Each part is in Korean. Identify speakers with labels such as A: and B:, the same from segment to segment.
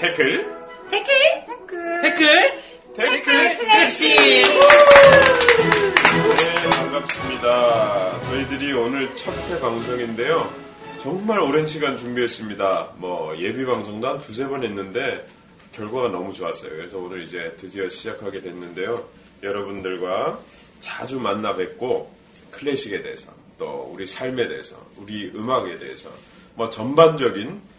A: 댓글
B: 댓글? 댓글.
C: 댓글
A: 댓글
C: 클래식
A: 네 반갑습니다 저희들이 오늘 첫 회 방송인데요 정말 오랜 시간 준비했습니다 뭐 예비 방송도 한 두세 번 했는데 결과가 너무 좋았어요 그래서 오늘 이제 드디어 시작하게 됐는데요 여러분들과 자주 만나 뵙고 클래식에 대해서 또 우리 삶에 대해서 우리 음악에 대해서 뭐 전반적인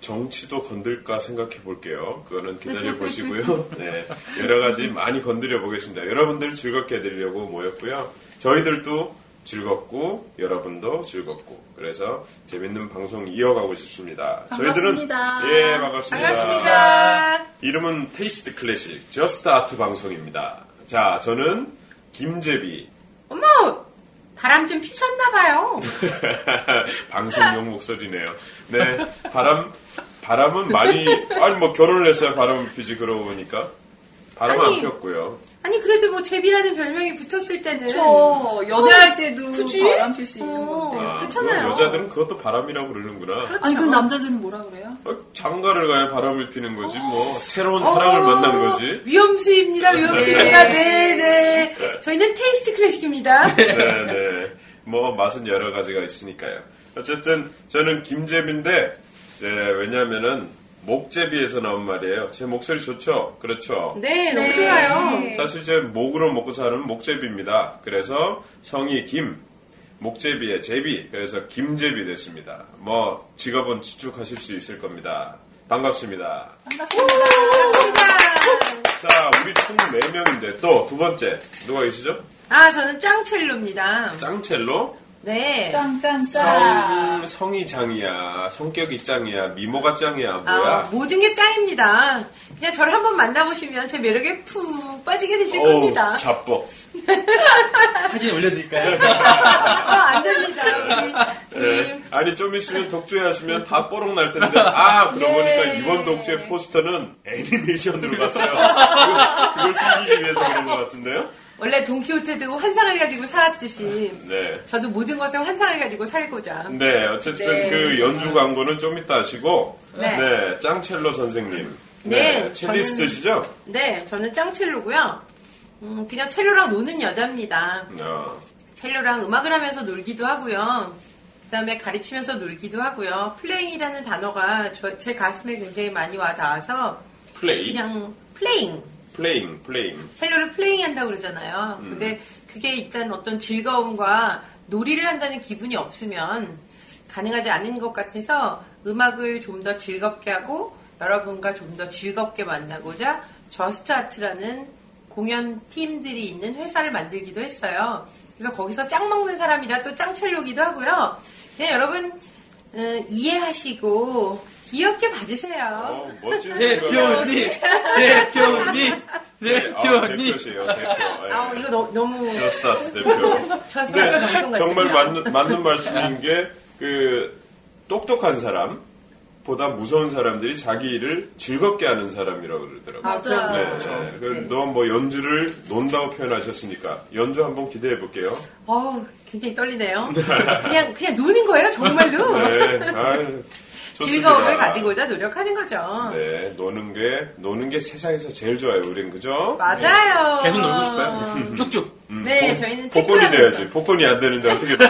A: 정치도 건들까 생각해 볼게요. 그거는 기다려 보시고요. 네. 여러 가지 많이 건드려 보겠습니다. 여러분들 즐겁게 해드리려고 모였고요. 저희들도 즐겁고, 여러분도 즐겁고. 그래서 재밌는 방송 이어가고 싶습니다.
B: 반갑습니다.
A: 저희들은. 예, 반갑습니다.
B: 반갑습니다.
A: 이름은 테이스트 클래식, 저스트 아트 방송입니다. 자, 저는 김재비.
B: 어머! 바람 좀 피셨나봐요.
A: 방송용 목소리네요. 네, 바람 바람은 많이 아니 뭐 결혼을 했어요. 바람은 피지 그러고 보니까 바람은
B: 아니.
A: 안 폈고요.
B: 아니, 그래도 뭐, 제비라는 별명이 붙었을 때는.
D: 저 연애할 때도
B: 굳이?
D: 바람 필 수 있는
B: 어.
D: 건데.
A: 아,
B: 그렇잖아요.
A: 그럼 여자들은 그것도 바람이라고 그러는구나.
D: 아니 그럼 남자들은 뭐라 그래요?
A: 어, 장가를 가야 바람을 피는 거지
B: 어.
A: 뭐 새로운 사랑을 만난 거지.
B: 위험수입니다, 위험수입니다. 네, 네. 저희는 테이스트 클래식입니다.
A: 네네. 뭐 맛은 여러 가지가 있으니까요. 어쨌든 저는 김제비인데 이제 왜냐면은 목제비에서 나온 말이에요. 제 목소리 좋죠? 그렇죠.
B: 네, 너무
D: 네.
B: 좋아요.
A: 사실 제 목으로 먹고 사는 목제비입니다. 그래서 성이 김, 목제비의 제비, 그래서 김제비 됐습니다. 뭐 직업은 추측하실 수 있을 겁니다. 반갑습니다.
D: 반갑습니다.
A: 자, 우리 총 4명인데 또 두 번째 누가 계시죠?
B: 아, 저는 짱첼로입니다.
A: 짱첼로? 음,
B: 네.
D: 짱짱짱.
A: 성, 성이 짱이야, 성격이 짱이야, 미모가 짱이야,
B: 아,
A: 뭐야?
B: 모든 게 짱입니다. 그냥 저를 한번 만나보시면 제 매력에 푹 빠지게 되실
A: 어우,
B: 겁니다.
A: 자뻑.
C: 사진 올려드릴까요?
B: 아, 안 됩니다. 예. 우리
A: 네. 아니 좀 있으면 독주회 하시면 다 뽀록 날 텐데 아 그러고
B: 예.
A: 보니까 이번 독주회 포스터는 애니메이션으로 갔어요 그걸- 그걸 숨기기 위해서 그런 것 같은데요
B: 원래 돈키호테도 환상을 가지고 살았듯이
A: 네.
B: 저도 모든 것에 환상을 가지고 살고자.
A: 네 어쨌든
D: 네.
A: 그 연주 광고는 좀 이따 하시고
B: 네.
A: 네 짱첼로 선생님
B: 네,
A: 첼리스트시죠?
B: 네, 저는 짱첼로고요. 음, 그냥 첼로랑 노는 여자입니다.
A: 어,
B: 첼로랑 음악을 하면서 놀기도 하고요. 그다음에 가르치면서 놀기도 하고요. 플레잉이라는 단어가 저- 제 가슴에 굉장히 많이 와닿아서
A: 플레이
B: 그냥 플레잉
A: 플레잉 플레잉
B: 첼로를 플레잉한다고 그러잖아요.
A: 음.
B: 근데 그게 일단 어떤 즐거움과 놀이를 한다는 기분이 없으면 가능하지 않은 것 같아서 음악을 좀 더 즐겁게 하고 여러분과 좀 더 즐겁게 만나고자 저스트아트라는 공연 팀들이 있는 회사를 만들기도 했어요. 그래서 거기서 짱 먹는 사람이라 또 짱첼로기도 하고요. 그냥 여러분 음, 이해하시고 귀엽게 봐주세요.
A: 어, 멋진
C: 대표님 대표님 아, 대표님
A: 아, 대표시에요 대표 예.
B: 아, 이거 너- 너무
A: 저스타트 대표
B: 저스트아트 방송
A: 네,
B: 같습니다.
A: 정말 맞는, 맞는 말씀인 게 그 똑똑한 사람 보다 무서운 사람들이 자기 일을 즐겁게 하는 사람이라고 그러더라고요.
B: 아, 그럼.
A: 네, 네. 그뭐 연주를 논다고 표현하셨으니까 연주 한번 기대해 볼게요.
B: 어 굉장히 떨리네요. 그냥 그냥 노는 거예요 정말로.
A: 네, 아유, 좋습니다.
B: 즐거움을 가지고자 노력하는 거죠.
A: 네, 노는 게 노는 게 세상에서 제일 좋아요. 우린 그죠? 네.
B: 맞아요. 음.
C: 계속 놀고 싶어요? 쭉쭉
B: 네, 저희는
A: 음. 복권이
B: 태클하면서-
A: 돼야지. 복권이 안 되는데 어떻게? 돼요?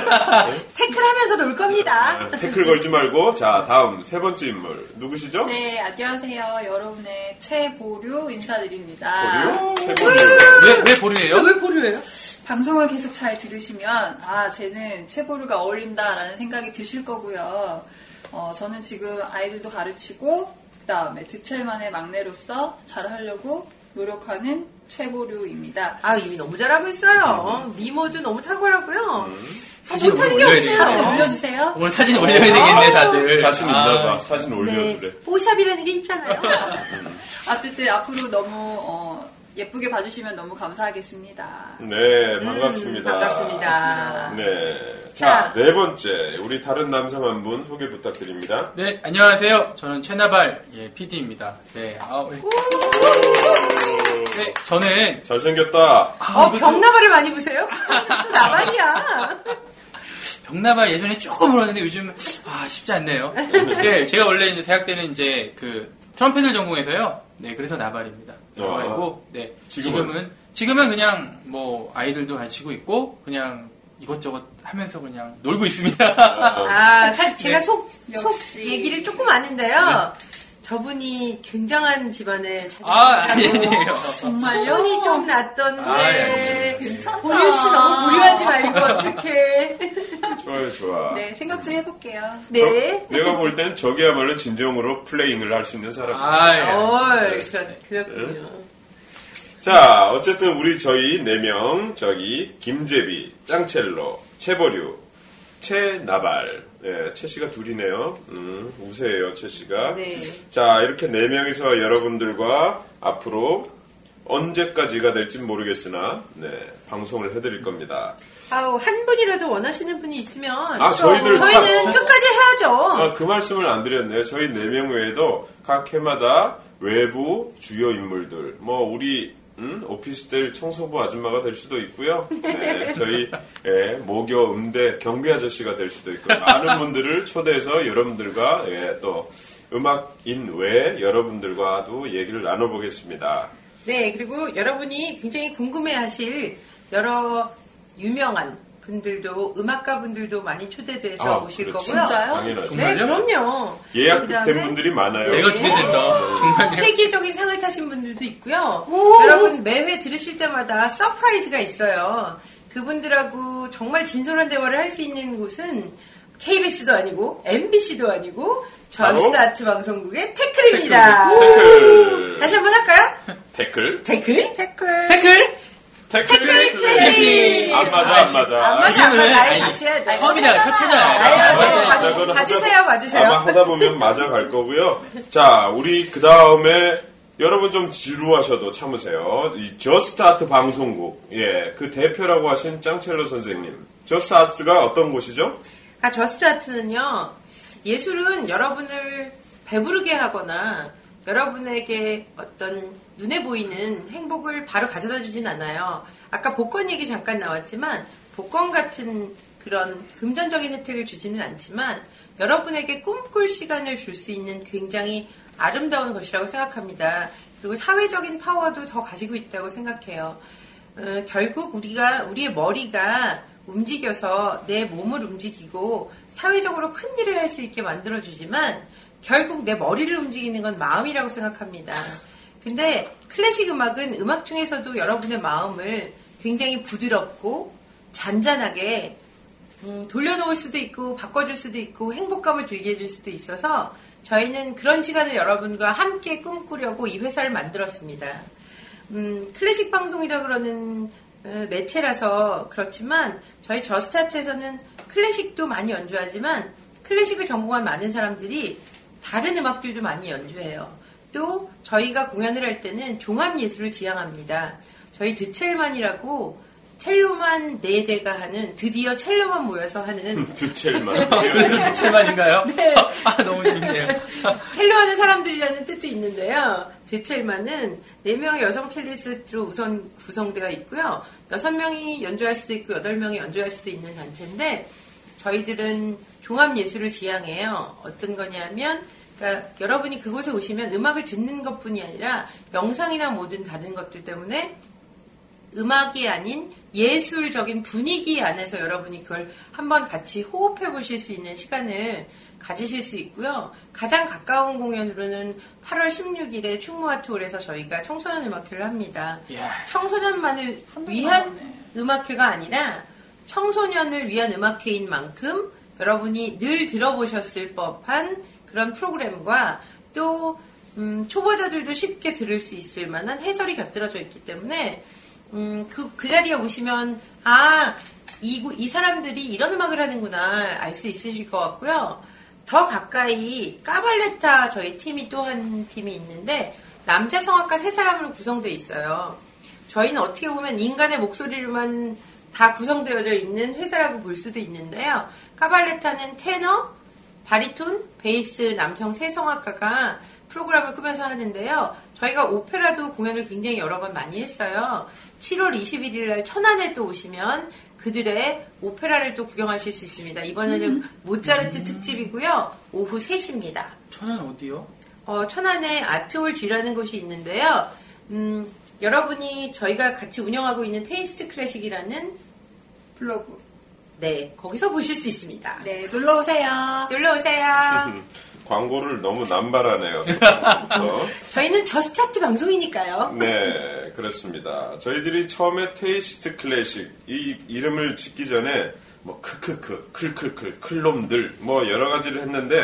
B: 태클하면서 놀 겁니다.
A: 네, 태클 걸지 말고 자 다음 세 번째 인물 누구시죠?
D: 네, 안녕하세요. 여러분의 최보류 인사드립니다.
A: 보류?
B: 아!
A: 최고류.
C: 왜, 왜
B: 왜,
C: 보류예요?
B: 왜 보류예요?
D: 방송을 계속 잘 들으시면 아 쟤는 최보루가 어울린다라는 생각이 드실 거고요. 어, 저는 지금 아이들도 가르치고 그다음에 드첼만의 막내로서 잘하려고 노력하는 최보류입니다.
B: 아 이미 너무 잘하고
A: 음.
B: 있어요. 미모도 너무 탁월하고요. 아,
C: 사진을
B: 못하는 게
C: 올려야 되겠다.
B: 없어요.
D: 올려주세요.
C: 오늘 사진 올려야 되겠네 다들
A: 사진 있나봐.
C: 아,
A: 사진
B: 네,
A: 올려주래.
B: 뽀샵이라는 게 있잖아요.
D: 어쨌든 아, 앞으로 너무 어, 예쁘게 봐주시면 너무 감사하겠습니다.
A: 네,
B: 음,
A: 반갑습니다.
B: 반갑습니다.
A: 네. 자,
B: 자.
A: 네 번째. 우리 다른 남성 한 분 소개 부탁드립니다.
C: 네 안녕하세요 저는 최나발 예 PD입니다 네, 아, 네. 네 저는
A: 잘생겼다.
B: 어 병나발을 많이 보세요. 그쪽은 또 나발이야.
C: 병나발 예전에 조금 울었는데 요즘 아 쉽지 않네요. 네, 제가 원래 이제 대학 때는 이제 그 트럼펫을 전공해서요. 네, 그래서 나발입니다.
A: 아.
C: 나발이고, 네.
A: 지금은?
C: 지금은, 지금은 그냥 뭐 아이들도 가르치고 있고, 그냥 이것저것 하면서 그냥 놀고 있습니다.
B: 아, 사, 제가
C: 네.
B: 속, 속
D: 역시.
B: 얘기를 조금 아는데요.
A: 네.
B: 저분이 굉장한 집안에
C: 아,
A: 예,
B: 자식이라고
C: 아니에요.
D: 정말요?
B: 소문이 좀 났던데
C: 아, 예,
A: 그렇죠.
D: 괜찮다.
B: 보유 씨
D: 아.
B: 너무 무리하지 말고 어떡해.
A: 네. 좋아요, 좋아.
D: 네, 생각 좀 해볼게요.
B: 네.
A: 저- 내가 볼 땐 저기야말로 진정으로 플레잉을 할 수 있는 사람.
C: 아, 예.
B: 얼,
A: 네.
B: 그렇, 그렇군요.
A: 자, 어쨌든 우리 저희 네 명 저기 김재비, 짱첼로, 최보류, 최나발, 예, 최 씨가 둘이네요. 음, 우세해요, 최 씨가.
B: 네.
A: 자, 이렇게 네 명이서 여러분들과 앞으로 언제까지가 될진 모르겠으나 네, 방송을 해드릴 겁니다.
B: 아우, 한 분이라도 원하시는 분이 있으면.
A: 아, 저희들
B: 저희는
A: 참-
B: 끝까지 해야죠.
A: 아, 그 말씀을 안 드렸네요. 저희 네 명 외에도 각 해마다 외부 주요 인물들, 뭐 우리 음, 오피스텔 청소부 아줌마가 될 수도 있고요. 네, 저희 예, 모교 음대 경비 아저씨가 될 수도 있고 많은 분들을 초대해서 여러분들과 예, 또 음악인 외에 여러분들과도 얘기를 나눠보겠습니다.
B: 네, 그리고 여러분이 굉장히 궁금해하실 여러 유명한 분들도 음악가 분들도 많이 초대돼서
A: 아,
B: 오실
A: 그렇죠.
B: 거고요.
D: 진짜요?
A: 당연하죠.
B: 네,
C: 정말요?
B: 그럼요.
A: 예약된
B: 그다음에
A: 분들이 많아요.
C: 내가 기대된다. 정말 내가.
B: 세계적인 상을 타신 분들도 있고요. 여러분 매회 들으실 때마다 서프라이즈가 있어요. 그분들하고 정말 진솔한 대화를 할 수 있는 곳은 KBS도 아니고 MBC도 아니고
A: 바로?
B: 전스타트 방송국의 태클입니다.
A: 태클.
B: 다시 한번 할까요?
A: 태클.
B: 태클?
D: 태클.
B: 태클?
A: 태클.
B: 태클 플레이.
A: 안 맞아, 안 맞아.
B: 안 맞아, 안
C: 지금은
B: 맞아. 아예
C: 아니,
B: 같이 해야 돼.
C: 처음이라 첫
A: 맞아,
B: 아유, 네,
C: 해잖아요.
A: 맞아.
B: 맞-
A: 그거는
B: 맞으세요,
A: 하다-
B: 맞으세요.
A: 아마 하다 보면 맞아갈 거고요. 자, 우리 그 다음에 여러분 좀 지루하셔도 참으세요. 이 저스트아트 방송국, 예, 그 대표라고 하신 짱첼로 선생님. 저스트아트가 어떤 곳이죠?
B: 아, 저스트아트는요, 예술은 여러분을 배부르게 하거나 여러분에게 어떤 눈에 보이는 행복을 바로 가져다 주진 않아요. 아까 복권 얘기 잠깐 나왔지만, 복권 같은 그런 금전적인 혜택을 주지는 않지만, 여러분에게 꿈꿀 시간을 줄 수 있는 굉장히 아름다운 것이라고 생각합니다. 그리고 사회적인 파워도 더 가지고 있다고 생각해요. 어, 결국 우리가 우리의 머리가 움직여서 내 몸을 움직이고 사회적으로 큰 일을 할 수 있게 만들어주지만 결국 내 머리를 움직이는 건 마음이라고 생각합니다. 근데 클래식 음악은 음악 중에서도 여러분의 마음을 굉장히 부드럽고 잔잔하게 음, 돌려놓을 수도 있고 바꿔줄 수도 있고 행복감을 들게 해줄 수도 있어서 저희는 그런 시간을 여러분과 함께 꿈꾸려고 이 회사를 만들었습니다. 음, 클래식 방송이라 그러는 어, 매체라서 그렇지만 저희 저스타트에서는 클래식도 많이 연주하지만 클래식을 전공한 많은 사람들이 다른 음악들도 많이 연주해요. 또 저희가 공연을 할 때는 종합 예술을 지향합니다. 저희 드첼만이라고 첼로만 네 대가 하는 드디어 첼로만 모여서 하는
A: 드첼만.
C: 어, 그래서 제만인가요? 아, 너무 재밌네요.
B: 첼로 하는 사람들이라는 뜻도 있는데요. 제첼만은 4명의 여성 첼리스트로 우선 구성되어 있고요. 6명이 연주할 수도 있고 8명이 연주할 수도 있는 단체인데 저희들은 종합예술을 지향해요. 어떤 거냐면 그러니까 여러분이 그곳에 오시면 음악을 듣는 것뿐이 아니라 영상이나 모든 다른 것들 때문에 음악이 아닌 예술적인 분위기 안에서 여러분이 그걸 한번 같이 호흡해 보실 수 있는 시간을 가지실 수 있고요. 가장 가까운 공연으로는 8월 16일에 충무아트홀에서 저희가 청소년 음악회를 합니다.
C: 이야.
B: 청소년만을
D: 번도
B: 위한
D: 나왔네.
B: 음악회가 아니라 청소년을 위한 음악회인 만큼 여러분이 늘 들어보셨을 법한 그런 프로그램과 또 음, 초보자들도 쉽게 들을 수 있을 만한 해설이 곁들여져 있기 때문에 음, 그, 그 자리에 오시면 아, 이, 구- 이 사람들이 이런 음악을 하는구나 알 수 있으실 것 같고요. 더 가까이 까발레타 저희 팀이 또 한 팀이 있는데 남자 성악가 세 사람으로 구성되어 있어요. 저희는 어떻게 보면 인간의 목소리로만 다 구성되어져 있는 회사라고 볼 수도 있는데요. 카발레타는 테너, 바리톤, 베이스, 남성 세 성악가가 프로그램을 꾸며서 하는데요. 저희가 오페라도 공연을 굉장히 여러 번 많이 했어요. 7월 21일 날 천안에 또 오시면 그들의 오페라를 또 구경하실 수 있습니다. 이번에는 모차르트 특집이고요. 오후 3시입니다.
C: 천안 어디요?
B: 어, 천안에 아트홀 G라는 곳이 있는데요. 음, 여러분이 저희가 같이 운영하고 있는 테이스트 클래식이라는
D: 블로그.
B: 네 거기서 보실 수 있습니다.
D: 네, 놀러 오세요.
B: 놀러 오세요.
A: 광고를 너무 남발하네요. 어.
B: 저희는 저스트아트 방송이니까요.
A: 네, 그렇습니다. 저희들이 처음에 테이스트 클래식 이 이름을 짓기 전에 뭐 크크크, 클클클, 클놈들 뭐 여러 가지를 했는데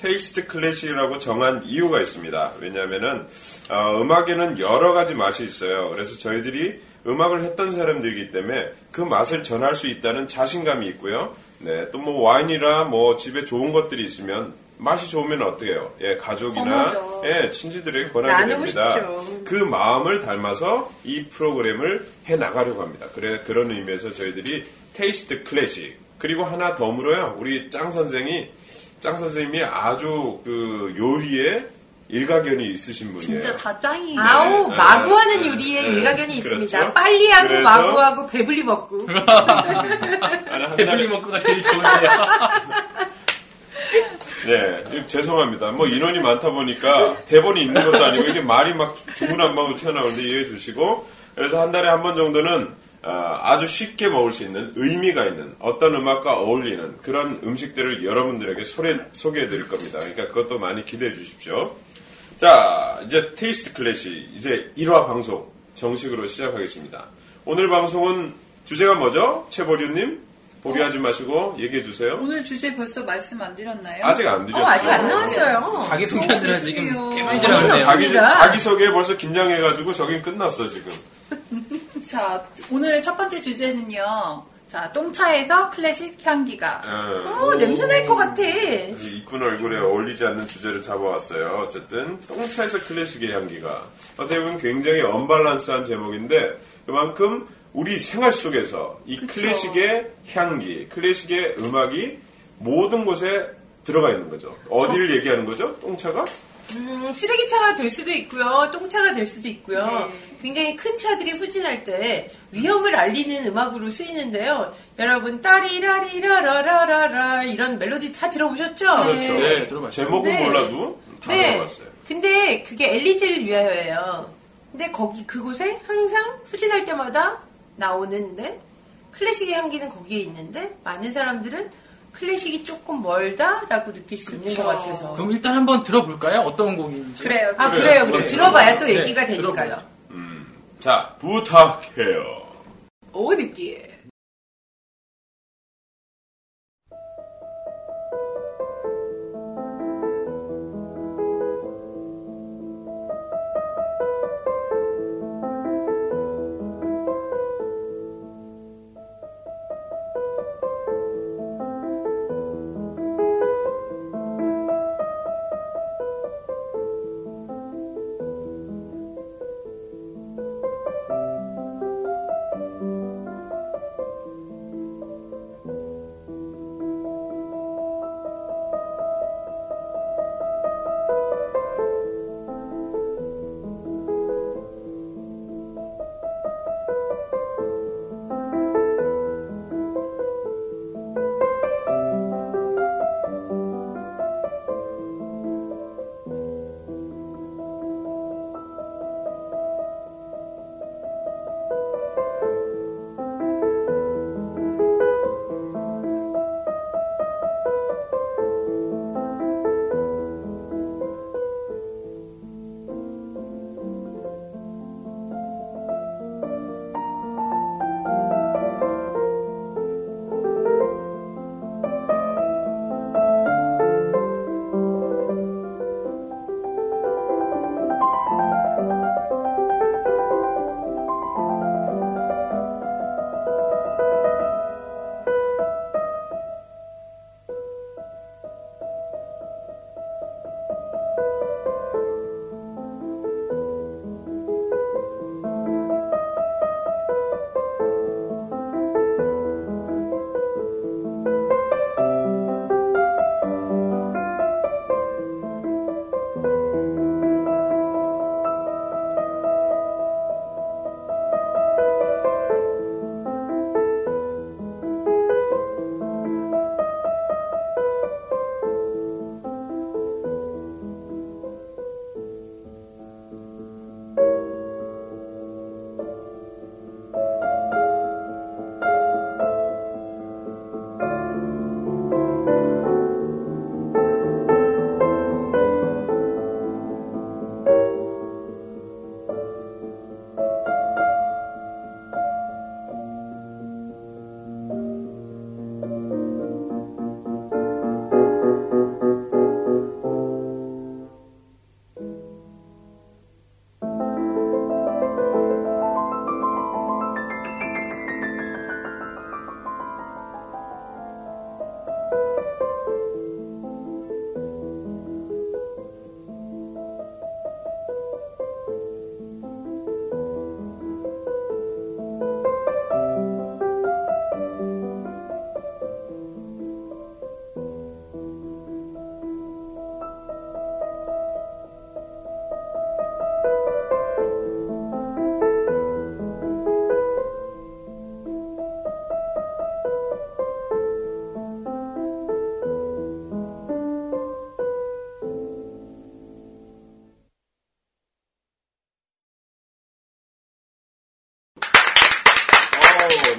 A: 테이스트 클래식이라고 정한 이유가 있습니다. 왜냐하면은 어, 음악에는 여러 가지 맛이 있어요. 그래서 저희들이 음악을 했던 사람들이기 때문에 그 맛을 전할 수 있다는 자신감이 있고요. 네, 또 뭐 와인이라 뭐 집에 좋은 것들이 있으면 맛이 좋으면 어때요? 예, 가족이나
D: 권하죠.
A: 예, 친지들에게 권하게
B: 나누고
A: 됩니다.
B: 싶죠.
A: 그 마음을 닮아서 이 프로그램을 해 나가려고 합니다. 그래 그런 의미에서 저희들이 테이스트 클래식 그리고 하나 덤으로요. 우리 짱 선생이 짱 선생님이 아주 그 요리에 일가견이 있으신 분이에요.
D: 진짜 다 짱이에요.
B: 아우
A: 네.
B: 마구하는
A: 네.
B: 요리에
A: 네.
B: 일가견이 있습니다.
A: 그렇죠.
B: 빨리하고
A: 그래서-
B: 마구하고 배불리 먹고.
A: 아니, 한 달에-
C: 배불리 먹고가 제일 좋은데요.
A: 네, 이- 죄송합니다. 뭐 인원이 많다 보니까 대본이 있는 것도 아니고 이게 말이 막 주문안방으로 튀어나오는데 이해해 주시고 그래서 한 달에 한 번 정도는 아, 아주 쉽게 먹을 수 있는 의미가 있는 어떤 음악과 어울리는 그런 음식들을 여러분들에게 소개해 드릴 겁니다. 그러니까 그것도 많이 기대해 주십시오. 자, 이제 테이스트 클래시 이제 1화 방송 정식으로 시작하겠습니다. 오늘 방송은 주제가 뭐죠? 최보류님 포기하지 마시고 얘기해 주세요.
D: 오늘 주제 벌써 말씀 안 드렸나요?
A: 아직 안
B: 어
A: 드렸죠?
B: 아직 안 나왔어요.
C: 자기 소개하느라 지금
D: 어,
C: 꽤
D: 어,
C: 많이
B: 정신없어.
C: 지나갔네요.
A: 아, 자기
B: 없습니다.
A: 자기 소개 벌써 긴장해가지고 저긴 끝났어 지금.
D: 자, 오늘 첫 번째 주제는요. 자, 똥차에서 클래식 향기가.
A: 어,
B: 어 냄새 날 것 같아.
A: 이 이쁜 얼굴에 어울리지 않는 주제를 잡아왔어요. 어쨌든 똥차에서 클래식의 향기가 어떻게 보면 굉장히 언밸런스한 제목인데 그만큼 우리 생활 속에서 이
D: 그쵸.
A: 클래식의 향기, 클래식의 음악이 모든 곳에 들어가 있는 거죠. 어디를 얘기하는 거죠? 똥차가?
B: 음, 쓰레기차가 될 수도 있고요, 똥차가 될 수도 있고요.
D: 네.
B: 굉장히 큰 차들이 후진할 때 위험을 알리는 음악으로 쓰이는데요. 여러분 따리라리라라라라 이런 멜로디 다 들어보셨죠?
A: 그렇죠.
C: 네, 들어봤어요.
A: 제목은
B: 아, 네.
A: 몰라도 다 들어봤어요.
B: 근데 그게 엘리제를 위하여예요. 근데 거기 그곳에 항상 후진할 때마다 나오는데 클래식의 향기는 거기에 있는데 많은 사람들은 클래식이 조금 멀다라고 느낄 수 있는
D: 그쵸.
B: 것 같아서.
C: 그럼 일단 한번 들어볼까요? 어떤 곡인지.
D: 그래요.
B: 아
C: 그래요.
B: 그래요. 그럼
C: 네.
B: 들어봐야 또
C: 네,
B: 얘기가 되니까요.
C: 들어보죠.
A: 자, 부탁해요.
B: 오 느끼해.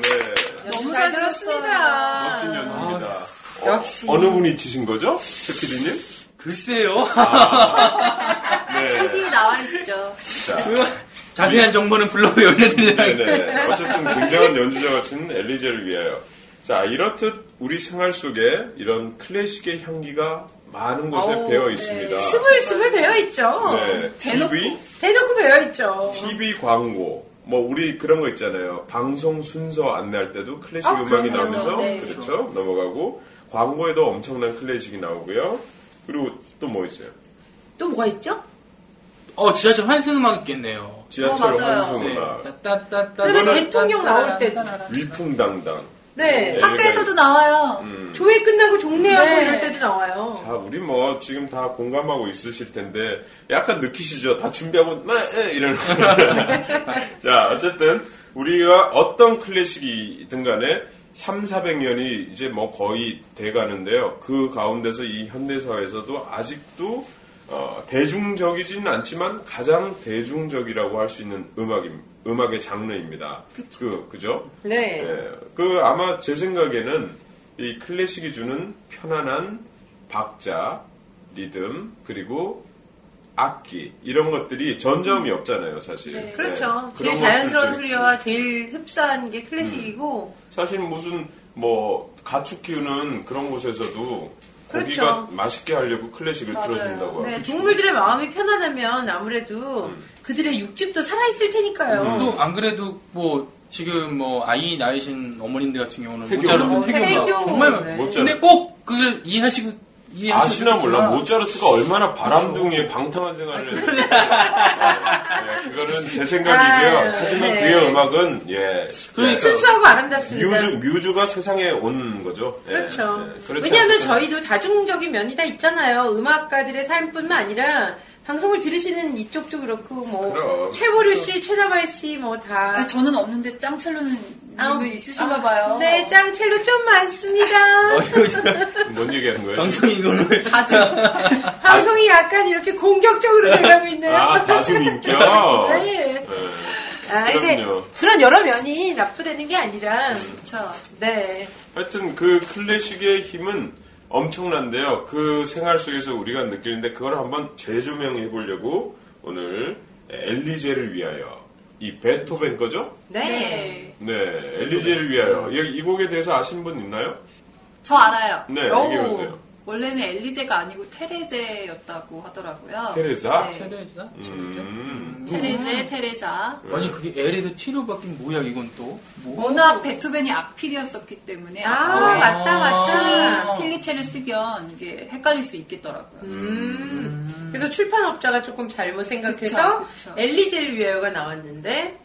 C: 네.
B: 멋있습니다.
A: 멋진 연주입니다. 어,
B: 아, 역시.
A: 어느 분이 치신 거죠? 스피디님?
C: 글쎄요.
D: CD 아,
A: 네.
D: 나와 있죠.
A: 자,
C: 자세한 정보는 블로그 열려드리려고.
A: 네네. 어쨌든 굉장한 연주자가 치는 엘리제를 위하여. 자, 이렇듯 우리 생활 속에 이런 클래식의 향기가 많은 곳에
D: 어우,
A: 배어
D: 네.
A: 있습니다.
B: 스물스물 배어있죠.
A: 네.
D: 대놓고.
A: TV,
B: 대놓고 배어있죠.
A: TV 광고, 뭐 우리 그런 거 있잖아요. 방송 순서 안내할 때도 클래식
B: 아,
A: 음악이
B: 그럼요.
A: 나오면서
D: 네.
A: 그렇죠 넘어가고 광고에도 엄청난 클래식이 나오고요. 그리고 또 뭐 있어요?
B: 또 뭐가 있죠?
C: 어, 지하철 환승 음악 있겠네요.
A: 지하철
D: 어, 맞아요.
A: 환승
C: 네.
A: 음악,
C: 따따따따.
B: 그다음에 대통령 나올 때.
A: 위풍당당.
B: 네.
A: 네. 음.
D: 학교에서도 나와요.
B: 조회 끝나고 종례하고
D: 네.
B: 이럴 때도 나와요.
A: 자, 우리 뭐 지금 다 공감하고 있으실 텐데 약간 느끼시죠? 다 준비하고 막 에, 이런. 자, 어쨌든 우리가 어떤 클래식이든 간에 3, 400년이 이제 뭐 거의 돼 가는데요. 그 가운데서 이 현대 사회에서도 아직도 어, 대중적이지는 않지만 가장 대중적이라고 할 수 있는 음악임, 음악의 장르입니다. 그 그죠?
B: 네.
A: 예, 그 아마 제 생각에는 이 클래식이 주는 편안한 박자, 리듬 그리고 악기 이런 것들이 전자음이 없잖아요, 사실.
D: 네.
B: 그렇죠.
A: 예, 그런
B: 제일 자연스러운
A: 것들도 음. 있고.
B: 소리와 제일 흡사한 게 클래식이고
A: 사실 무슨 뭐 가축 키우는 그런 곳에서도
B: 그렇죠.
A: 고기가 맛있게 하려고 클래식을
D: 맞아요.
A: 틀어준다고
B: 네,
A: 하고.
B: 동물들의 마음이 편안하면 아무래도
A: 음.
B: 그들의 육즙도 살아있을 테니까요.
C: 또 안 그래도 뭐 지금 뭐 아이 낳으신 어머님들 같은 경우는
A: 태교.
C: 모차르트 태교가
B: 태교.
C: 정말
B: 네.
A: 모차르트.
C: 근데 꼭 그걸 이해하시고 이해하시고
A: 아시나
B: 그렇죠.
A: 몰라 모차르트가 얼마나 바람둥이의 방탕한
B: 아,
A: 생활을 했는지. 네, 네, 그거는 제 생각이고요.
B: 아유,
A: 하지만
B: 네.
A: 그의 음악은 예
C: 그러니까
B: 순수하고 아름답습니다.
A: 뮤즈, 뮤즈가 세상에 온 거죠. 예,
B: 그렇죠.
A: 예. 그렇지
B: 왜냐하면
A: 않고서는-
B: 저희도 다중적인 면이 다 있잖아요. 음악가들의 삶뿐만 아니라 방송을 들으시는 이쪽도 그렇고 뭐
A: 그럼. 그렇죠.
B: 최보류 씨, 최다발 씨뭐다
D: 아, 저는 없는데 짱첼로는
A: 음.
B: 아우,
D: 이분 있으신가 봐요.
B: 네, 짱첼로 좀
A: 어,
B: 많습니다.
A: 뭔 얘기하는 거예요?
C: 어, 방송 이걸로
B: 아주 방송이 약간 이렇게 공격적으로 돼가고 있네요.
A: 아 예. 다수민격.
B: 네. 아, 근데
A: 그럼요. 음.
B: 그런 여러 면이 나쁘다는 게 아니라
D: 그렇죠.
B: 네.
A: 하여튼 그 클래식의 힘은 엄청난데요. 그 생활 속에서 우리가 느끼는데 그걸 한번 재조명해 보려고 오늘 엘리제를 위하여 이 베토벤 거죠?
B: 네.
D: 네.
A: 네, 엘리제를 위하여
C: 네.
A: 이, 이 곡에 대해서 아시는 분 있나요?
D: 저 알아요.
A: 네,
B: 오.
A: 얘기해 보세요.
D: 원래는 엘리제가 아니고 테레제였다고 하더라고요.
A: 테레사.
D: 네.
C: 테레자?
A: 음.
D: 테레제, 테레자.
C: 아니 그게 L에서 T로 바뀐 뭐야 이건 또? 뭐?
D: 워낙 베토벤이 악필이었었기 때문에
B: 아,
D: 악필이
B: 맞다 맞다.
C: 아.
D: 필리체를 쓰면 이게 헷갈릴 수 있겠더라고요.
B: 음. 그래서 출판업자가 조금 잘못 생각해서
D: 그쵸, 음. 그쵸.
B: 엘리제를 위하여가 나왔는데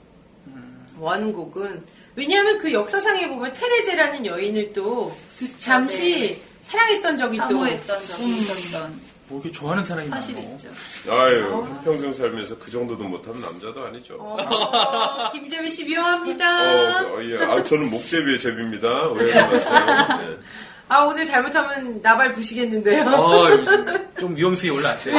B: 원곡은 왜냐하면 그 역사상에 보면 테레제라는 여인을 또 잠시 사랑했던 적이 또 음.
D: 네. 사모했던 적이 있었던
C: 뭐 이렇게 좋아하는 사람이
D: 사실이
A: 음.
C: 많어.
D: 있죠.
A: 아유, 평생 살면서 그 정도도 못하면 남자도 아니죠.
B: 어, 김재민 씨 미워합니다.
A: 어, 예. 아, 저는 목재비의 재비입니다. 오해를 마세요. 네.
B: 아 오늘 잘못하면 나발 부시겠는데요.
C: 어, 좀 위험수위 올라왔어요.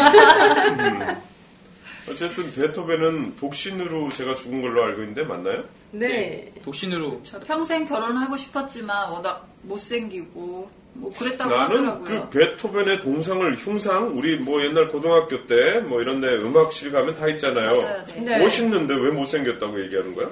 A: 어쨌든 베토벤은 독신으로 제가 죽은 걸로 알고 있는데 맞나요?
B: 네.
C: 독신으로
D: 저 평생 결혼하고 싶었지만 워낙 못생기고 뭐 그랬다고
A: 나는
D: 하더라고요.
A: 그 베토벤의 동상을 흉상 우리 뭐 옛날 고등학교 때 뭐 이런데 음악실 가면 다 있잖아요.
D: 맞아요, 네.
B: 네.
A: 멋있는데 왜 못생겼다고 얘기하는 거야?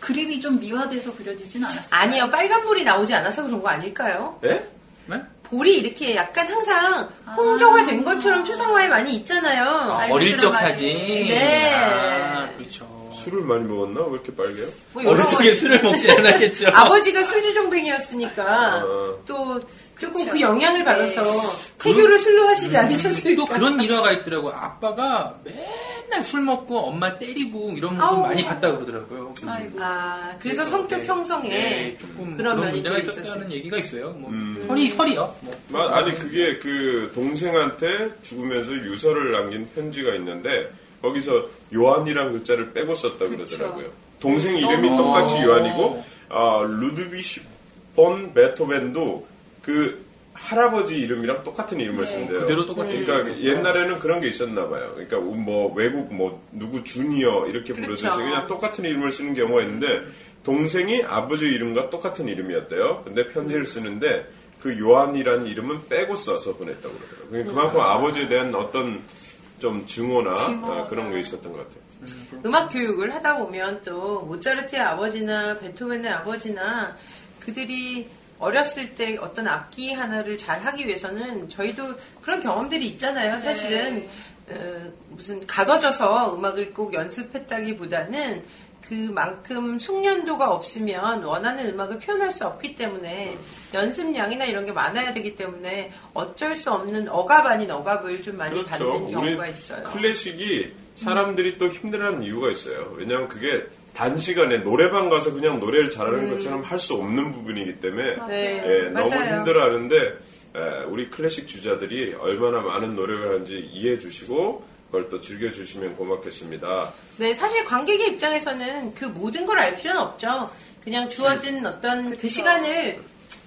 D: 그림이 좀 미화돼서 그려지진 않았어요.
B: 아니요 빨간 볼이 나오지 않아서 그런 거 아닐까요?
A: 예?
C: 네?
B: 볼이 이렇게 약간 항상
D: 아.
B: 홍조가 된 것처럼 추상화에 많이 있잖아요.
C: 아,
D: 알고
C: 어릴 적
D: 들어가야지.
C: 사진.
B: 네.
C: 아, 그렇죠.
A: 술을 많이 먹었나? 왜 이렇게 빨개요?
B: 뭐
C: 어릴
B: 여러
C: 적에
B: 가지.
C: 술을 먹지 않았겠죠.
B: 아버지가 술주정뱅이였으니까
A: 어.
B: 또 조금
D: 그쵸.
B: 그 영향을 받아서
D: 네.
B: 태교를 술로 하시지 않으셨을까?
C: 또 그런 일화가 있더라고. 요 아빠가 맨날 술 먹고 엄마 때리고 이런
B: 아우.
C: 거좀 많이 봤다 그러더라고요.
A: 음.
C: 음.
D: 아이고.
B: 아 그래서 성격
C: 네.
B: 형성에
C: 네, 조금
B: 그런
C: 그런,
B: 면이
C: 문제가
B: 좀 있었어요.
C: 있었다는 얘기가 있어요. 뭐
A: 음.
C: 설이 설이요. 뭐.
A: 마- 아니 그게 그 동생한테 죽으면서 유서를 남긴 편지가 있는데 거기서 요한이란 글자를 빼고 썼다 고
D: 그쵸.
A: 그러더라고요. 동생 이름이
D: 어.
A: 똑같이 요한이고 아, 루드비시 본 베토벤도 그 할아버지 이름이랑 똑같은 이름을
D: 네,
A: 쓴대요.
C: 그대로 똑같이
A: 그러니까 옛날에는 그런 게 있었나 봐요. 그러니까 뭐 외국 뭐 누구 주니어 이렇게
B: 그렇죠.
A: 부르듯이 그냥 똑같은 이름을 쓰는 경우가 있는데 동생이 아버지 이름과 똑같은 이름이었대요. 근데
B: 음.
A: 편지를 쓰는데 그 요한이라는 이름은 빼고 써서 보냈다고 그러더라고요. 그러니까 그만큼
B: 음.
A: 아버지에 대한 어떤 좀 증오나
D: 증오나.
A: 아, 그런 게 있었던 것 같아요.
B: 음악 교육을 하다 보면 또 모차르트의 아버지나 베토벤의 아버지나 그들이 어렸을 때 어떤 악기 하나를 잘 하기 위해서는 저희도 그런 경험들이 있잖아요. 사실은 어, 무슨 가둬져서 음악을 꼭 연습했다기보다는 그만큼 숙련도가 없으면 원하는 음악을 표현할 수 없기 때문에 연습량이나 이런 게 많아야 되기 때문에 어쩔 수 없는 억압 아닌 억압을 좀 많이 받는 그렇죠. 경우가 있어요.
A: 그렇죠.
B: 음.
A: 클래식이 사람들이 또 힘들어하는 이유가 있어요. 왜냐하면 그게 단시간에 노래방 가서 그냥 노래를 잘하는
B: 음.
A: 것처럼 할 수 없는 부분이기 때문에
B: 아. 네,
A: 예, 너무 힘들어하는데 예, 우리 클래식 주자들이 얼마나 많은 노력을 하는지 이해해 주시고 그걸 또 즐겨 주시면 고맙겠습니다.
B: 네, 사실 관객의 입장에서는 그 모든 걸 알 필요는 없죠. 그냥 주어진 어떤 그
D: 네. 그쵸.
B: 시간을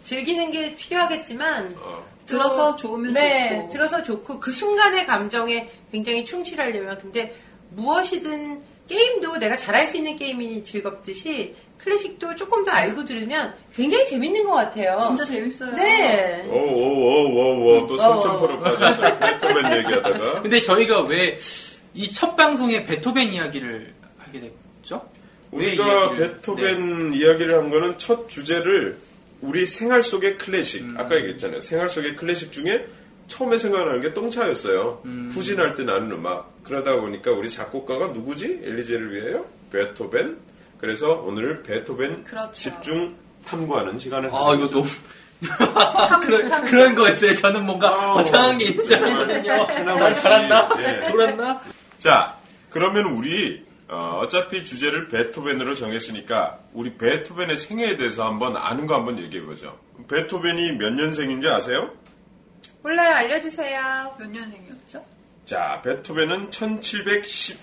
B: 즐기는 게 필요하겠지만
A: 어,
D: 들어서 좋으면
B: 네,
D: 좋고.
B: 들어서 좋고 그 순간의 감정에 굉장히 충실하려면 근데 무엇이든 게임도 내가 잘할 수 있는 게임이 즐겁듯이 클래식도 조금 더 알고 들으면 굉장히 재밌는 것 같아요.
D: 진짜 재밌어요.
B: 네.
A: 오오오오오또
B: 어,
A: 3,000%로 빠졌어요. 베토벤 얘기하다가
C: 근데 저희가 왜 이 첫 방송에 베토벤 이야기를 하게 됐죠? 왜
A: 우리가
C: 이야기를- 네.
A: 베토벤 이야기를 한 거는 첫 주제를 우리 생활 속의 클래식
C: 음.
A: 아까 얘기했잖아요 생활 속의 클래식 중에 처음에 생각나는 게 똥차였어요
C: 음.
A: 후진할 때 나는 음악 그러다 보니까 우리 작곡가가 누구지 엘리제를 위해요 베토벤 그래서 오늘 베토벤
D: 그렇죠.
A: 집중 탐구하는 시간을
C: 아
A: 가져보죠.
C: 이거 너무 그런, 그런 거였어요. 저는 뭔가
A: 아우.
C: 거창한 게 있는 줄 알았거든요. 난 잘한다?
A: 예.
C: 돌았나?
A: 자, 그러면 우리 어, 차피 주제를 베토벤으로 정했으니까 우리 베토벤의 생애에 대해서 한번 아는 거 한번 얘기해 보죠. 베토벤이 몇 년생인지 아세요?
B: 몰라요, 알려주세요.
D: 몇 년생이었죠?
A: 자, 베토벤은 1710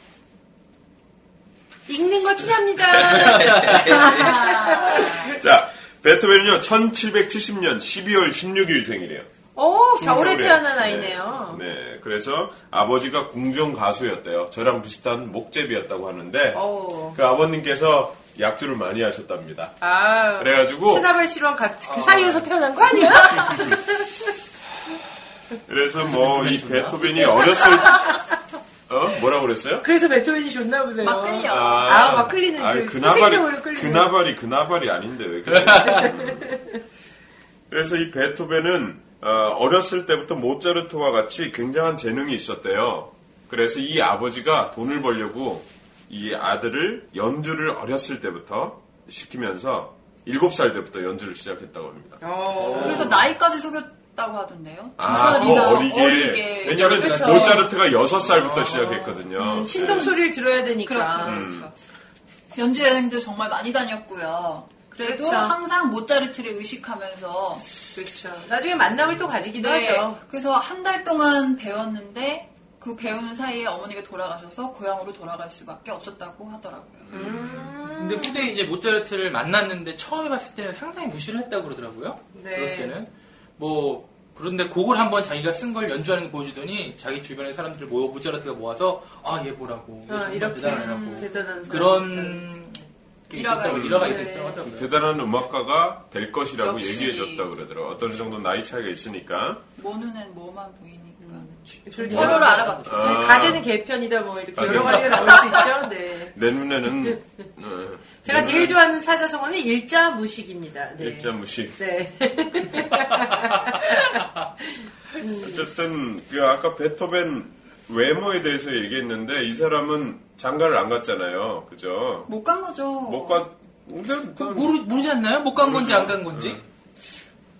B: 읽는 거 티납니다.
A: 자, 베토벤은요 1770년 12월 16일생이래요.
B: 오, 겨울에 태어난 아이네요.
A: 네, 네, 그래서 아버지가 궁정 가수였대요. 저랑 비슷한 목재비였다고 하는데
B: 오.
A: 그 아버님께서 약주를 많이 하셨답니다.
B: 아,
A: 그래가지고
B: 최나발 씨랑 같- 그 사이에서 태어난 거 아니야?
A: 그래서 뭐 이 베토벤이 어렸을 어 뭐라고 그랬어요?
B: 그래서 베토벤이 좋나 보네요.
D: 막 끌려.
B: 아, 막 끌리는 그 생생적으로
A: 그나발이
B: 끌리는.
A: 그나발이 그나발이 아닌데 왜 그래? 그래서 이 베토벤은 어, 어렸을 때부터 모차르트와 같이 굉장한 재능이 있었대요. 그래서 이 아버지가 돈을 벌려고 이 아들을 연주를 어렸을 때부터 시키면서 7살 때부터 연주를 시작했다고 합니다.
B: 음,
D: 그래서 나이까지 속였다고 하던데요. 두
A: 아, 더
D: 살이나
A: 어리게.
D: 어리게.
A: 왜냐면
C: 그렇죠.
A: 모차르트가 6살부터 시작했거든요.
B: 아. 음,
A: 네.
B: 신동 소리를 들어야 되니까. 음.
D: 그렇죠.
C: 음.
D: 그렇죠. 연주 여행도 정말 많이 다녔고요. 그래도
B: 그렇죠.
D: 항상 모짜르트를 의식하면서
B: 그렇죠. 나중에 만남을 또 가지기도
D: 네.
B: 하죠.
D: 그래서 한 달 동안 배웠는데 그 배우는 사이에 어머니가 돌아가셔서 고향으로 돌아갈 수밖에 없었다고 하더라고요.
B: 음.
C: 근데 후대에 이제 모차르트를 만났는데 처음에 봤을 때는 상당히 무시를 했다고 그러더라고요.
B: 네.
C: 들었을 때는. 뭐, 그런데 곡을 한번 자기가 쓴 걸 연주하는 거 보여주더니 자기 주변의 사람들을 모여 모차르트가 모아서 아, 얘 보라고. 얘
B: 아,
C: 정말
B: 이렇게
C: 대단하라고.
B: 대단한
C: 그런 게
D: 일화가
C: 있었다고, 일화가
B: 있- 네.
C: 있었다고 하더라고요.
A: 대단한 음악가가 될 것이라고
D: 역시.
A: 얘기해줬다 그러더라고. 어떤 정도 나이 차이가 있으니까.
D: 모 눈엔 뭐만 보이니까.
C: 음.
B: 서로를
D: 서로를
B: 네. 알아.
D: 알아봤죠.
A: 아.
B: 가제는 개편이다 뭐 이렇게
A: 가제는-
B: 여러 가지가 나올 수 있죠. 네.
A: 내 눈에는 어,
B: 제가
A: 내
B: 제일
A: 눈에는
B: 좋아하는 사자성어는 일자 무식입니다. 네.
A: 일자 무식.
B: 네.
A: 어쨌든 그 아까 베토벤 외모에 대해서 얘기했는데 이 사람은 장가를 안 갔잖아요. 그죠?
D: 못 간 거죠.
A: 못 가. 근데
C: 그 모르, 모르지 않나요? 못 간 건지
A: 모르죠.
C: 안 간 건지?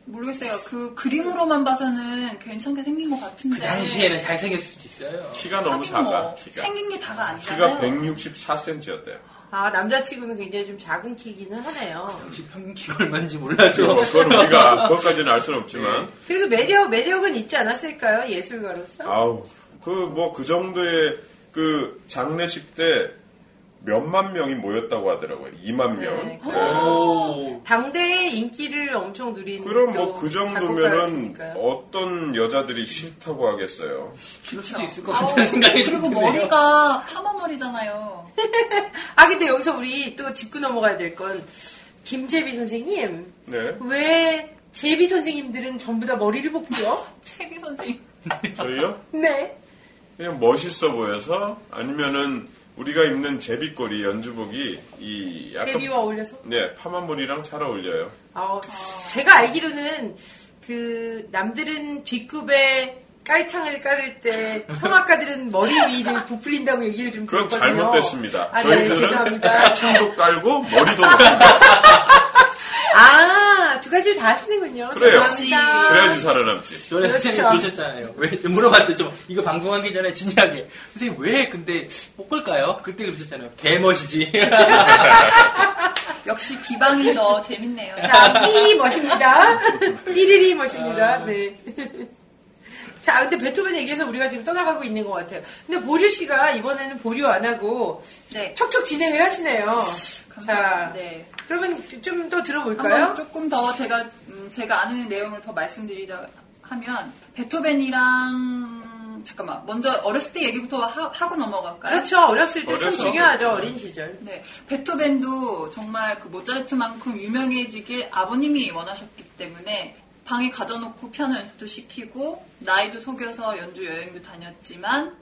D: 모르겠어요. 그 그림으로만 봐서는 괜찮게 생긴 것 같은데.
C: 그 당시에는 잘생겼을 수도 있어요.
A: 키가 너무
D: 하긴
A: 작아.
D: 뭐
A: 키가
D: 생긴 게 다가 아니잖아요. 그렇죠.
A: 키가 164cm였대요.
B: 아 남자치고는 굉장히 좀 작은 키기는 하네요.
C: 당시 평균 키가 얼마인지 몰라서.
A: 그건 우리가 그것까지는 알 수는 없지만.
B: 그래서 매력 매력은 있지 않았을까요 예술가로서?
A: 아우 그 뭐 그 정도의 그 장례식 때 몇만 명이 모였다고 하더라고요. 2만
B: 네,
A: 명.
B: 그렇죠.
A: 네.
C: 오.
B: 당대의 인기를 엄청 누린
A: 그럼
B: 또 네.
A: 뭐 그 정도면은
B: 작곡가였으니까요.
A: 어떤 여자들이 싫다고 하겠어요.
C: 키울 수도 있을 것
D: 그렇죠. 아우,
C: 같다는 생각이 좀
D: 그리고
C: 드네요.
D: 머리가 파마머리잖아요.
A: 어?
B: 아 근데 여기서 우리 또 짚고 넘어가야 될 건 김재비 선생님
A: 네.
B: 왜 제비 선생님들은 전부 다 머리를 볶죠?
D: 채비 선생님.
A: 저희요?
B: 네.
A: 그냥 멋있어 보여서 아니면은 우리가 입는 제비꼬리 연주복이 이 약간
B: 제비와 어울려서.
A: 네 파마머리랑 잘 어울려요.
B: 아, 제가 알기로는 그 남들은 뒷굽에 깔창을 깔을 때 성악가들은 머리 위를 부풀린다고 얘기를 좀
A: 그건
B: 들었거든요.
A: 잘못됐습니다.
B: 아, 네,
A: 저희들은
B: 죄송합니다.
A: 가창도 깔고 머리도 높입니다.
B: 아, 두 가지를 다 하시는군요.
A: 그래요.
B: 죄송합니다.
A: 그래야지 살아남지.
C: 전에
B: 그렇죠.
C: 선생님 그러셨잖아요. 왜 물어봤어요. 좀 이거 방송하기 전에 진지하게 선생님 왜 근데 못 걸까요? 그때 그러셨잖아요. 개멋이지.
D: 역시 비방이 더 재밌네요.
B: 자, 삐 멋입니다. 삐리리
D: 아.
B: 멋입니다. 네. 자, 근데 베토벤 얘기해서 우리가 지금 떠나가고 있는 것 같아요. 근데 보류 씨가 이번에는 보류 안 하고
D: 네.
B: 척척 진행을 하시네요.
D: 감사합니다.
B: 자,
D: 네.
B: 그러면 좀 더
D: 한번
B: 들어볼까요?
D: 조금 더 제가 음, 제가 아는 내용을 더 말씀드리자 하면 베토벤이랑 잠깐만 먼저 어렸을 때 얘기부터 하, 고 넘어갈까요?
B: 그렇죠. 어렸을 때 참
A: 어렸을 때
B: 중요하죠.
A: 그렇죠.
B: 어린 시절.
D: 네, 베토벤도 정말 그 모차르트만큼 유명해지길 아버님이 원하셨기 때문에 방에 가둬놓고 피아노 연습도 시키고 나이도 속여서 연주 여행도 다녔지만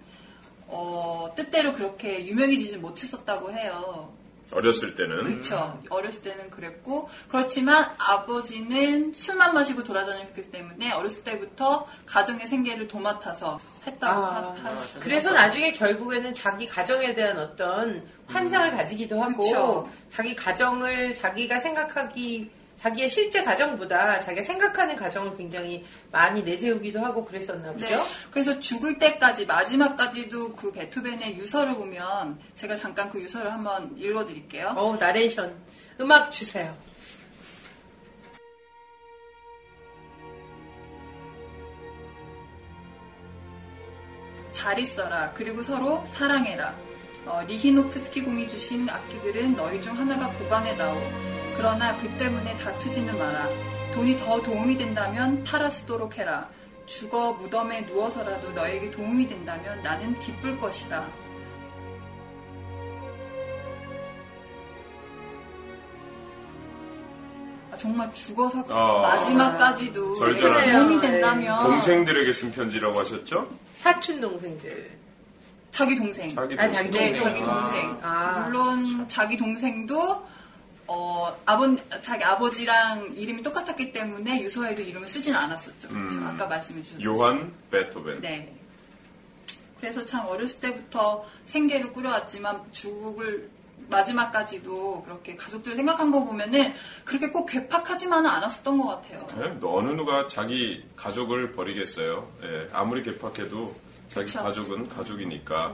D: 어, 뜻대로 그렇게 유명해지지 못했었다고 해요.
A: 어렸을 때는
D: 그렇죠. 어렸을 때는 그랬고 그렇지만 아버지는 술만 마시고 돌아다녔기 때문에 어렸을 때부터 가정의 생계를 도맡아서 했다고
B: 아,
D: 하, 하,
B: 그래서 나중에 결국에는 자기 가정에 대한 어떤 환상을 가지기도 하고
D: 그쵸.
B: 자기 가정을 자기가 생각하기 자기의 실제 가정보다 자기가 생각하는 가정을 굉장히 많이 내세우기도 하고 그랬었나 보죠.
D: 네. 그래서 죽을 때까지 마지막까지도 그 베토벤의 유서를 보면 제가 잠깐 그 유서를 한번 읽어드릴게요.
B: 어 나레이션 음악 주세요.
D: 잘 있어라. 그리고 서로 사랑해라. 어, 리히노프스키 공이 주신 악기들은 너희 중 하나가 보관해다오. 그러나 그 때문에 다투지는 마라. 돈이 더 도움이 된다면 팔아쓰도록 해라. 죽어 무덤에 누워서라도 너에게 도움이 된다면 나는 기쁠 것이다. 아, 정말 죽어서
A: 아.
D: 마지막까지도
A: 절절하네.
D: 도움이 된다면
A: 동생들에게 쓴 편지라고 하셨죠?
B: 사촌 동생들.
D: 자기 동생.
A: 자기
B: 아니,
A: 동생.
B: 자기
D: 네, 자기
C: 아.
D: 동생.
B: 아.
D: 물론 자기 동생도 어 아버 자기 아버지랑 이름이 똑같았기 때문에 유서에도 이름을 쓰진 않았었죠. 그렇죠?
A: 음.
D: 아까 말씀해 주셨죠.
A: 요한 베토벤.
D: 네. 그래서 참 어렸을 때부터 생계를 꾸려왔지만 죽을 마지막까지도 그렇게 가족들을 생각한 거 보면은 그렇게 꼭 괴팍하지만은 않았었던 것 같아요.
A: 네, 어느 누가 자기 가족을 버리겠어요. 예, 아무리 개팍해도 자기
D: 그쵸.
A: 가족은 가족이니까.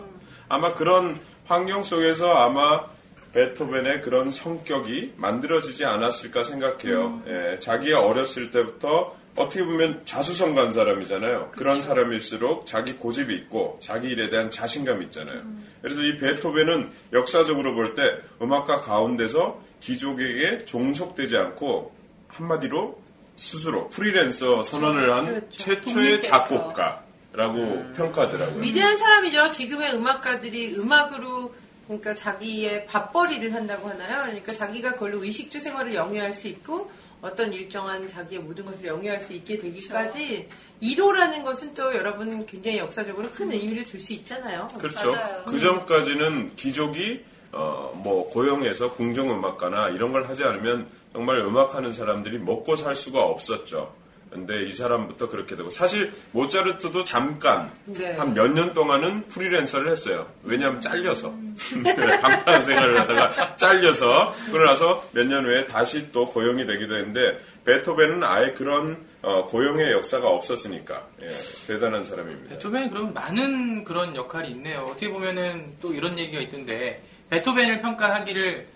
A: 아마 그런 환경 속에서 아마 베토벤의 그런 성격이 만들어지지 않았을까 생각해요. 예, 자기가 어렸을 때부터 어떻게 보면 자수성가한 사람이잖아요. 그런 사람일수록 자기 고집이 있고 자기 일에 대한 자신감이 있잖아요. 그래서 이 베토벤은 역사적으로 볼 때 음악가 가운데서 귀족에게 종속되지 않고 한마디로 스스로 프리랜서 선언을 한
B: 그렇죠.
A: 최초의
D: 독립됐어.
A: 작곡가라고 평가하더라고요.
B: 위대한 사람이죠. 지금의 음악가들이 음악으로 그러니까 자기의 밥벌이를 한다고 하나요? 그러니까 자기가 그걸로 의식주 생활을 영위할 수 있고 어떤 일정한 자기의 모든 것을 영위할 수 있게 되기까지 1호라는 것은 또 여러분 굉장히 역사적으로 큰 의미를 줄 수 있잖아요.
A: 그렇죠.
D: 맞아요.
A: 그 전까지는 귀족이 어, 뭐 고용해서 공정 음악가나 이런 걸 하지 않으면 정말 음악하는 사람들이 먹고 살 수가 없었죠. 근데 이 사람부터 그렇게 되고 사실 모차르트도 잠깐
B: 네.
A: 한 몇 년 동안은 프리랜서를 했어요. 왜냐하면 잘려서 네, 방탄 생활을 하다가 잘려서 그러나서 몇 년 후에 다시 또 고용이 되기도 했는데 베토벤은 아예 그런 어, 고용의 역사가 없었으니까 예, 대단한 사람입니다.
C: 베토벤이 그럼 많은 그런 역할이 있네요. 어떻게 보면은 또 이런 얘기가 있던데 베토벤을 평가하기를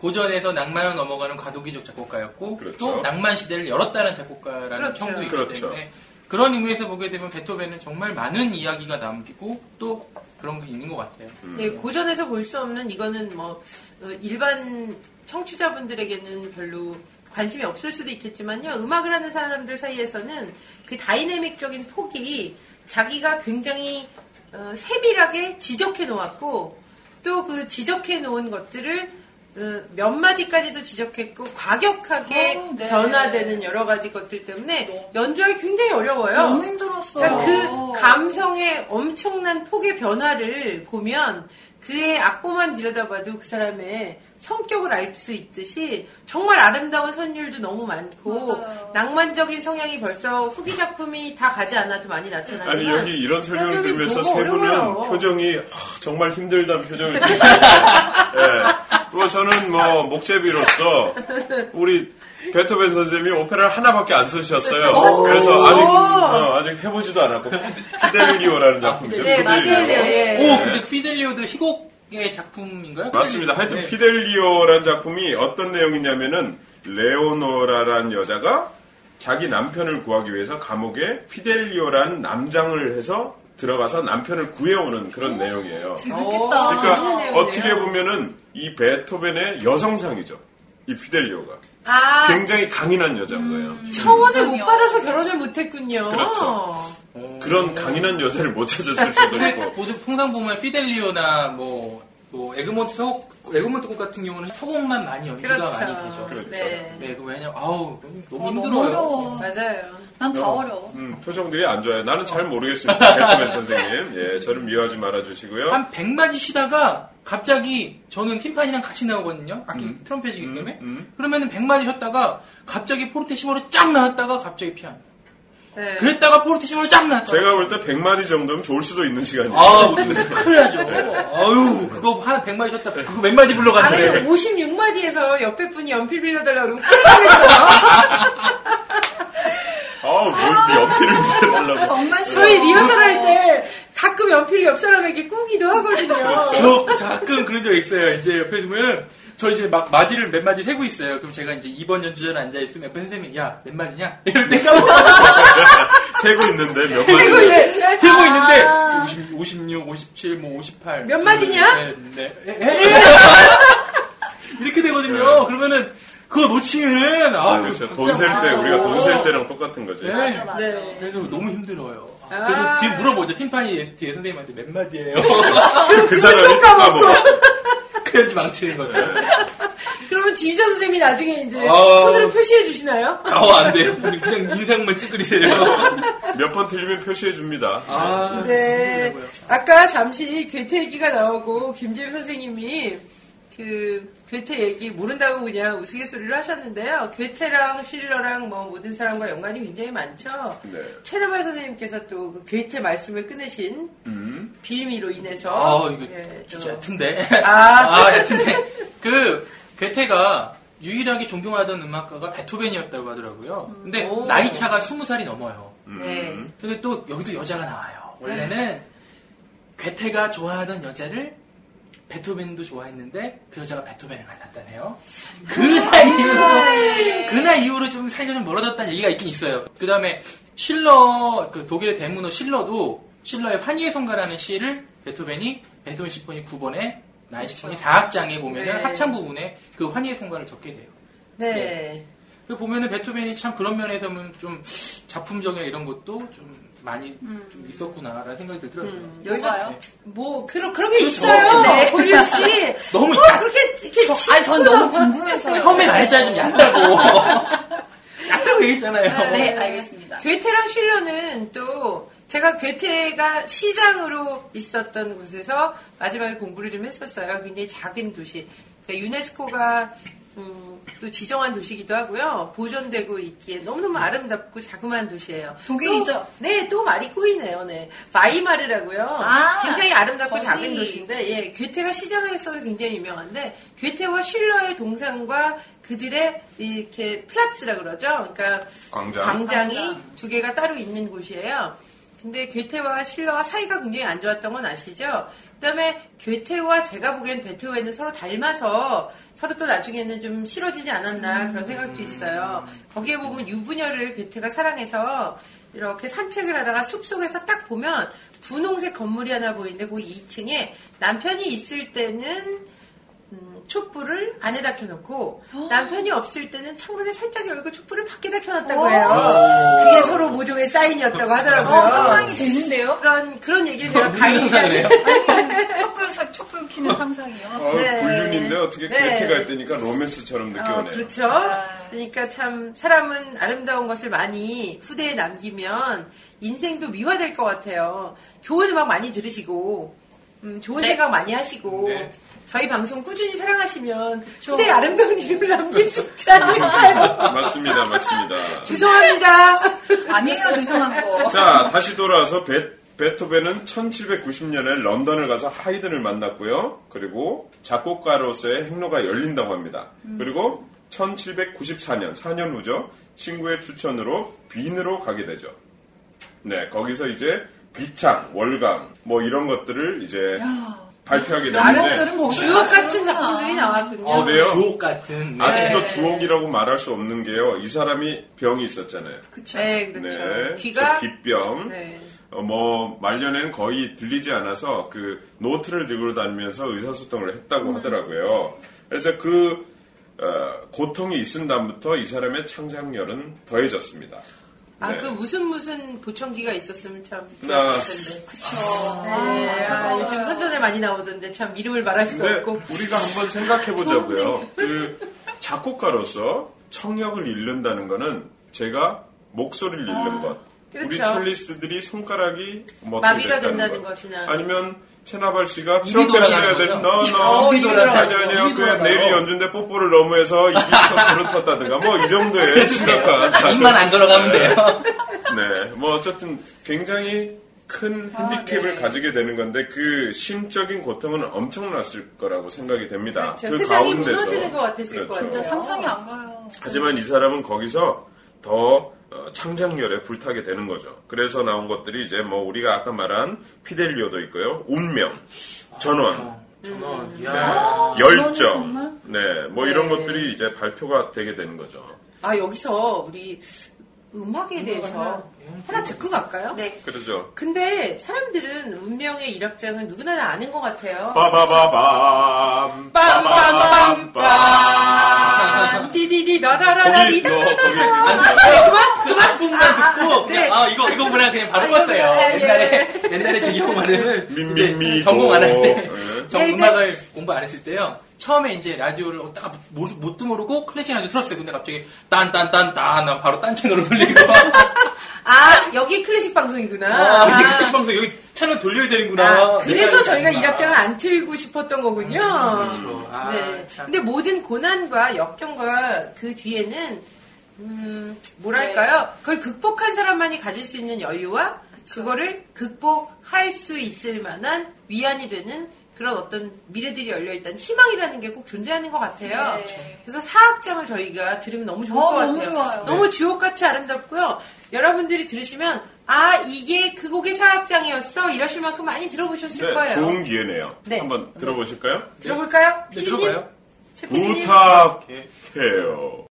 C: 고전에서 낭만을 넘어가는 과도기적 작곡가였고
A: 그렇죠.
C: 또 낭만 시대를 열었다는 작곡가라는
B: 그렇죠.
C: 평도 있기
A: 그렇죠.
C: 때문에 그런 의미에서 보게 되면 베토벤은 정말 많은 이야기가 남기고 또 그런 게 있는 것 같아요.
B: 네, 고전에서 볼 수 없는 이거는 뭐 어, 일반 청취자분들에게는 별로 관심이 없을 수도 있겠지만요. 음악을 하는 사람들 사이에서는 그 다이내믹적인 폭이 자기가 굉장히 어, 세밀하게 지적해 놓았고 또 그 지적해 놓은 것들을 어, 몇 마디까지도 지적했고 과격하게
D: 어, 네.
B: 변화되는 여러 가지 것들 때문에
D: 네.
B: 연주하기 굉장히 어려워요.
D: 너무 힘들었어.
B: 그러니까 그 감성의 엄청난 폭의 변화를 보면 그의 악보만 들여다봐도 그 사람의 성격을 알 수 있듯이 정말 아름다운 선율도 너무 많고
D: 맞아요.
B: 낭만적인 성향이 벌써 후기 작품이 다 가지 않아도 많이 나타나지만
A: 아니 여기 이런 설명을
B: 표정이
A: 들으면서
B: 너무
A: 세 분은
B: 어려워요.
A: 표정이 하, 정말 힘들다는 표정을 지으셨어요. 또 저는 뭐 목재비로서 우리 베토벤 선생님이 오페라를 하나밖에 안 쓰셨어요.
B: 오.
A: 그래서 아직 어, 아직 해보지도 않았고 피데밀리오라는 작품이죠.
B: 네,
A: 피델리오.
B: 맞아요. 예.
C: 오, 근데 피델리오도 희곡의 작품인가요?
A: 맞습니다. 하여튼
C: 네.
A: 피델리오라는 작품이 어떤 내용이냐면은 레오노라라는 여자가 자기 남편을 구하기 위해서 감옥에 피델리오라는 남장을 해서 들어가서 남편을 구해오는 그런
B: 음,
A: 내용이에요.
D: 재밌겠다.
B: 어,
A: 그러니까
B: 그러네요.
A: 어떻게 보면은 이 베토벤의 여성상이죠. 이 피델리오가
B: 아 음.
A: 굉장히 강인한 여자인 거예요.
B: 청혼을 못
D: 이상이요.
B: 받아서 결혼을 못했군요.
A: 그렇죠.
C: 오.
A: 그런 강인한 여자를 못 찾았을 수도 있고
C: 네. 보통 통상 보면 피델리오나 뭐, 뭐 에그몬트 서 에그몬트 곡 같은 경우는 서곡만 많이 연주가
B: 그렇죠.
C: 많이 되죠.
A: 그렇죠.
B: 네.
C: 네, 그 왜냐면 아우 너무,
D: 어,
C: 너무
D: 너무
C: 힘들어요.
D: 어려워.
B: 맞아요.
D: 난 다 어려워.
A: 음, 표정들이 안 좋아요. 나는 잘 모르겠습니다. 베토벤 선생님, 예, 저를 미워하지 말아주시고요.
C: 한 100마디 쉬다가 갑자기 저는 팀판이랑 같이 나오거든요. 악기 트럼펫이기 때문에.
A: 음.
C: 그러면은 100마디 쉬었다가 갑자기 포르테시모로 쫙 나왔다가 갑자기 피아노.
B: 네.
A: 그렇죠.
C: 그랬다가 포르테시모로 쫙 나왔다가.
A: 제가 볼 때 100마디 정도면 좋을 수도 있는 시간이에요. 네.
C: 아우, 큰일 나죠. 아유, 그거 한 100마디 쉬었다. 그거 몇 마디
B: 아,
C: 불러가지고.
B: 근데 56마디에서 옆에 분이 연필 빌려달라고 그러면 끊어버렸어요.
A: 아우, 뭘 연필을 빌려달라고.
D: 정말 싫어.
B: 저희 리허설 할 때 가끔 연필을 옆 사람에게 꾸기도 하거든요.
C: 저 가끔 그런 적 있어요. 이제 옆에 보면 저 이제 막 마디를 몇 마디 세고 있어요. 그럼 제가 이제 2번 연주자로 앉아 있으면 옆에 선생님이 야 몇 마디냐 이럴 때 까먹고
A: 세고 있는데 몇
B: 그리고
A: 마디.
B: 이제
C: 세고 있는데
D: 아.
C: 50, 56, 57, 뭐 58.
B: 몇 마디냐? 예.
C: 네, 네. 에, 에? 이렇게 되거든요. 그러면은 그거 놓치면은
A: 네. 아,
C: 아,
A: 그렇죠. 돈 셀 때, 우리가 돈 셀 때랑 똑같은 거지.
C: 네.
D: 맞아, 맞아.
B: 네.
C: 그래서 너무 힘들어요.
B: 아.
C: 그래서 지금 물어보죠. 팀판이 뒤에 선생님한테 몇 마디예요?
A: 그 사람이 까먹어.
C: 그래야지 망치는 거죠.
A: 네.
B: 그러면 지휘자 선생님이 나중에 이제
C: 아.
B: 손으로 표시해 주시나요?
C: 아, 안 돼요. 그냥 인상만 찌그리세요.
A: 몇 번 틀리면 표시해 줍니다.
C: 아,
B: 네. 아까 잠시 괴테 얘기가 나오고 김재일 선생님이 그 괴테 얘기 모른다고 그냥 우스갯소리를 하셨는데요. 괴테랑 실러랑 뭐 모든 사람과 연관이 굉장히 많죠.
A: 네.
B: 최대발 선생님께서 또그 괴테 말씀을 끊으신
A: 음.
B: 빌미로 인해서
C: 아, 이거
B: 예, 또-
C: 진짜 얕은데.
B: 아,
C: 아, 얕은데. 그, 괴테가 유일하게 존경하던 음악가가 베토벤이었다고 하더라고요. 근데
B: 오.
C: 나이 차가 20살이 넘어요.
A: 음.
B: 네.
C: 근데 또 여기도 여자가 나와요. 원래는 괴테가 좋아하던 여자를 베토벤도 좋아했는데 그 여자가 베토벤을 만났다네요. 그날 이후로 그날 이후로 좀 사이가 좀 멀어졌다는 얘기가 있긴 있어요. 그 다음에 실러 그 독일의 대문호 실러도 실러의 환희의 성가라는 시를 베토벤이 베토벤 시포니 9번에 나의 시포니 4악장에 보면은
B: 네.
C: 합창 부분에 그 환희의 성가를 적게 돼요.
B: 네.
C: 그 보면은 베토벤이 참 그런 면에서 보면 좀 작품적인 이런 것도 좀 많이 좀 있었구나라는 생각이 들더라고요.
B: 음,
D: 여기서
C: 네.
B: 뭐 그런 그런 게
C: 그렇죠.
B: 있어요.
D: 네.
B: 고려 씨.
C: 너무
B: 뭐
C: 얕-
B: 그렇게 이렇게 치-
D: 아니, 전 너무 궁금해서.
C: 처음에 말했잖아요, 좀 얕다고. 얕다고 얘기했잖아요.
D: 네, 알겠습니다.
B: 괴테랑 실러는 또 제가 괴테가 시장으로 있었던 곳에서 마지막에 공부를 좀 했었어요. 굉장히 작은 도시. 그러니까 유네스코가 음, 또 지정한 도시기도 하고요. 보존되고 있기에 너무너무 아름답고 자그마한 도시예요.
D: 독일이죠?
B: 또- 네, 또 말이 꼬이네요. 네. 바이마르라고요.
D: 아,
B: 굉장히 아름답고
D: 거기.
B: 작은 도시인데, 예, 괴테가 시장을 했어서 굉장히 유명한데, 괴테와 실러의 동상과 그들의 이렇게 플라츠라 그러죠. 그러니까
A: 광장.
B: 광장이
D: 광장.
B: 두 개가 따로 있는 곳이에요. 근데 괴테와 실러와 사이가 굉장히 안 좋았던 건 아시죠? 그다음에 괴테와 제가 보기엔 베토벤은 서로 닮아서 서로 또 나중에는 좀 음. 싫어지지 않았나 그런 생각도 있어요. 거기에 보면 유부녀를 괴테가 사랑해서 이렇게 산책을 하다가 숲속에서 딱 보면 분홍색 건물이 하나 보이는데 그 2층에 남편이 있을 때는 음, 촛불을 안에다 켜놓고
D: 어.
B: 남편이 없을 때는 창문을 살짝 열고 촛불을 밖에다 켜놨다고 해요. 그게 서로 모종의 사인이었다고 하더라고요.
D: 어, 상상이 되는데요?
B: 그런 그런 얘기를 제가
C: 상상을
B: 가이드한테
C: 해요?
D: 촛불, 사- 촛불 키는 상상이요.
A: 어,
B: 네.
A: 불륜인데 어떻게
B: 네.
A: 괴테가 있다니까 로맨스처럼
B: 어,
A: 느껴오네요.
B: 그렇죠.
D: 아.
B: 그러니까 참 사람은 아름다운 것을 많이 후대에 남기면 인생도 미화될 것 같아요. 좋은 음악 많이 들으시고 음, 좋은
D: 네.
B: 생각 많이 하시고
C: 네.
B: 저희 방송 꾸준히 사랑하시면 후대에 아름다운 이름을 남길 수 있지 않을까요?
A: 맞습니다, 맞습니다.
B: 죄송합니다.
D: 아니에요, 죄송한 거.
A: 자, 다시 돌아와서 베, 베토벤은 1790년에 런던을 가서 하이든을 만났고요. 그리고 작곡가로서의 행로가 열린다고 합니다.
B: 음.
A: 그리고 1794년, 4년 후죠. 친구의 추천으로 빈으로 가게 되죠. 네, 거기서 이제 비창, 월강, 뭐 이런 것들을 이제 발표하게
D: 네.
A: 되는데
B: 뭐
D: 나름대로 뭐 그렇죠. 거기
B: 주옥 같은 작품들이 나왔군요.
A: 어, 그래요?
C: 주옥 같은. 네.
A: 아직도
D: 네.
A: 주옥이라고 말할 수 없는 게요. 이 사람이 병이 있었잖아요.
D: 그쵸.
B: 네, 그렇죠.
A: 네,
B: 귀가
A: 저 귓병.
B: 네.
A: 어, 뭐 말년에는 거의 들리지 않아서 그 노트를 들고 다니면서 의사소통을 했다고 하더라고요. 그래서 그 어, 고통이 있은 다음부터 이 사람의 창작력은 더해졌습니다.
B: 아
A: 네.
B: 그 무슨 무슨 보청기가 있었으면 참
A: 나-
B: 좋았을 텐데.
D: 그쵸.
B: 네, 아,
D: 안타까워요.
B: 요즘 선전에 많이 나오던데 참 이름을 말할 수도
A: 근데
B: 없고
A: 우리가 한번 생각해 보자고요. 그 작곡가로서 청력을 잃는다는 거는 제가 목소리를 잃는 것. 우리
B: 그렇죠.
A: 첼리스트들이 손가락이 뭐
B: 마비가
A: 어떻게 됐다는
B: 된다는
A: 것.
B: 것이나. 어,
A: 아니면 채나발 씨가
C: 입이
A: 트럼펫을
C: 돌아가는
A: 해야 되는
C: 거죠?
A: 너너
B: 입이 돌아가는 거.
A: 아니요
C: 입이
A: 그
C: 돌아가요.
A: 내리 연주인데 뽀뽀를 너무 해서 입이 턱으로 텄다든가 뭐 이
C: 네.
A: 정도의 심각한
C: 입만 안 돌아가면 돼요.
A: 네, 뭐 어쨌든 굉장히 큰
B: 아,
A: 핸디캡을
D: 네.
A: 가지게 되는 건데 그 심적인 고통은 엄청났을 거라고 생각이 됩니다. 그 그렇죠.
B: 그렇죠. 세상이 무너지는 것 같았을 것
D: 진짜
B: 같아요.
D: 상상이 안 가요.
A: 하지만 이 사람은 거기서 더 어, 창작열에 불타게 되는 거죠. 그래서 나온 것들이 이제 뭐 우리가 아까 말한 피델리오도 있고요, 운명, 전원,
B: 아,
C: 전원.
A: 네.
D: 아.
C: 이야.
D: 정말?
A: 열정, 네, 뭐 이런
B: 네.
A: 것들이 이제 발표가 되게 되는 거죠.
B: 아 여기서 우리 음악에 대해서
C: 하나, 예.
B: 하나 듣고 갈까요? 네.
A: 그렇죠.
B: 근데 사람들은 운명의 일악장은 누구나 다 아는 것 같아요.
A: 빠바바밤,
B: 빰빰빰빰 디디디 너라라라
A: 거기
B: 디
A: 너 거기 안
B: 그만 그만
C: 만 듣고
B: 아, 네.
C: 그냥, 아 이거 이거 그냥 그냥 바로
B: 아, 이거
C: 껐어요.
B: 그냥,
C: 옛날에 옛날에 저기 형 말에는 이제
A: 민민미
C: 전공 안 할 때
A: 예.
C: 전
B: 예,
C: 음악을 공부 안 했을 때요. 처음에 이제 라디오를 어, 딱 못도 모르고 클래식 라디오 틀었어요. 근데 갑자기 딴딴딴딴 나 바로 딴 채널로 돌리고
B: 아 여기 클래식 방송이구나.
C: 아, 이게
B: 아.
C: 클래식 방송 여기 채널 돌려야 되는구나.
B: 아, 그래서
C: 내가
B: 저희가
C: 이랬구나.
B: 이락장을 안 틀고 싶었던 거군요.
C: 그렇죠. 아,
B: 네.
C: 참.
B: 근데 모든 고난과 역경과 그 뒤에는 음, 뭐랄까요? 그걸 극복한 사람만이 가질 수 있는 여유와 그거를 극복할 수 있을 만한 위안이 되는 그런 어떤 미래들이 열려 있다는 희망이라는 게 꼭 존재하는 것 같아요.
D: 네.
B: 그래서 사악장을 저희가 들으면 너무 좋을
D: 어,
B: 것
D: 너무
B: 같아요.
D: 좋아요.
B: 너무 주옥같이 아름답고요. 여러분들이 들으시면 아 이게 그 곡의 사악장이었어 이러실 만큼 많이 들어보셨을
A: 네,
B: 거예요.
A: 좋은 기회네요.
B: 네.
A: 한번 들어보실까요?
B: 들어볼까요?
C: 네,
B: 피디님?
C: 들어봐요. 예.
B: 최 피디님?
A: 부탁해요.
C: 이렇게.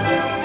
A: 네,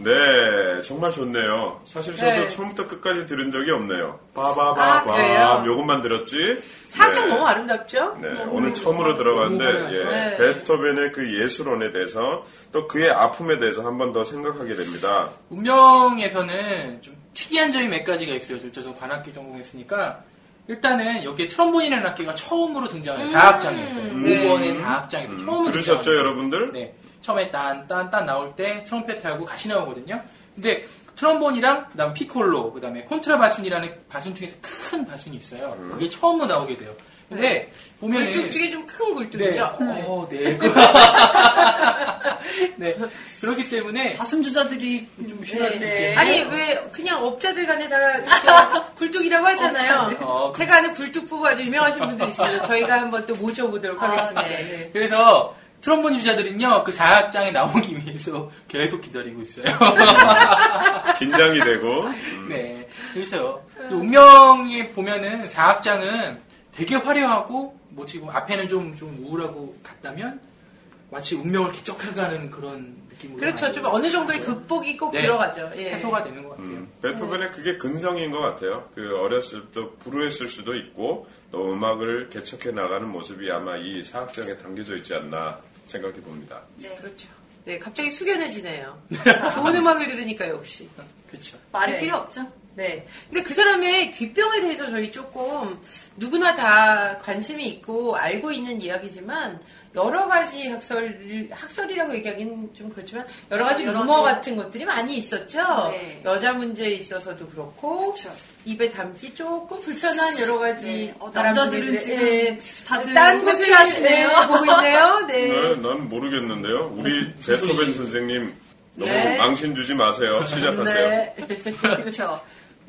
A: 네, 정말 좋네요. 사실 저도
B: 네.
A: 처음부터 끝까지 들은 적이 없네요.
B: 아, 그래요?
A: 빠바바바 요것만 들었지.
B: 사정
A: 네.
B: 너무 아름답죠?
A: 네,
D: 너무
A: 오늘 처음으로
C: 너무
A: 들어봤는데 예,
B: 그래요. 네.
A: 베토벤의 그 예술원에 대해서 또 그의 아픔에 대해서 한 번 더 생각하게 됩니다.
C: 운명에서는 좀 특이한 점이 몇 가지가 있어요. 둘째, 저 관악기 전공했으니까. 일단은 여기에 트럼본이라는 악기가 처음으로 등장해요. 사악장에서요.
B: 음.
C: 5번의
A: 네.
C: 사악장에서
A: 음,
C: 처음으로
A: 들으셨죠,
C: 등장합니다.
A: 여러분들?
C: 네. 처음에 딴, 딴, 딴 나올 때 트럼펫하고 같이 나오거든요. 근데 트럼본이랑 그다음 피콜로 그다음에 콘트라바순이라는 바순 중에서 큰 바순이 있어요. 그게 처음으로 나오게 돼요. 근데 보면은
B: 굴뚝 중에 좀 큰
C: 네.
B: 굴뚝이죠?
C: 어, 네. 네. 그렇기 때문에
E: 가슴 주자들이 좀
D: 네, 네.
B: 아니 왜 그냥 업자들 간에 다 이렇게 굴뚝이라고 하잖아요. 네.
C: 어, 그-
B: 제가 아는 굴뚝 부부 아주 유명하신 분들이 있어요. 저희가 한번 또
C: 아,
B: 모셔보도록 하겠습니다.
D: 네.
B: 네.
C: 그래서 트럼본 주자들은요 그 사악장에 나오기 위해서 계속 기다리고 있어요.
A: 긴장이 되고 음,
C: 네, 그래서요. 이 운명에 보면은 사악장은 되게 화려하고 뭐 지금 앞에는 좀 좀 우울하고 같다면 마치 운명을 개척해가는 그런 느낌으로
B: 그렇죠.
C: 많이
B: 좀 어느 정도의
C: 가죠.
B: 극복이 꼭
C: 네.
B: 들어가죠. 예.
C: 해소가 되는 것 같아요.
A: 음, 베토벤의 그게 근성인 것 같아요. 그 어렸을 때 불우했을 수도 있고 또 음악을 개척해 나가는 모습이 아마 이 사학장에 담겨져 있지 않나 생각해 봅니다.
D: 네.
B: 그렇죠. 네, 갑자기 숙연해지네요. 좋은 음악을 들으니까 역시.
C: 그렇죠.
D: 말이
B: 네.
D: 필요 없죠.
B: 네. 근데 그 사람의 귀병에 대해서 저희 조금 누구나 다 관심이 있고 알고 있는 이야기지만 여러 가지 학설, 학설이라고 얘기하기는 좀 그렇지만 여러 가지
D: 여러
B: 루머
D: 가지.
B: 같은 것들이 많이 있었죠.
D: 네.
B: 여자 문제에 있어서도 그렇고
D: 그렇죠.
B: 입에 담기 조금 불편한 여러 가지
D: 네. 어,
B: 바람들이-
D: 남자들은 지금
B: 네.
D: 다들
B: 딴 곳을
D: 회피하시네요.
B: 네, 보고 있네요. 네.
A: 네, 난 모르겠는데요. 우리 베토벤 선생님 너무
B: 네.
A: 망신 주지 마세요. 시작하세요.
B: 네.
D: 그렇죠.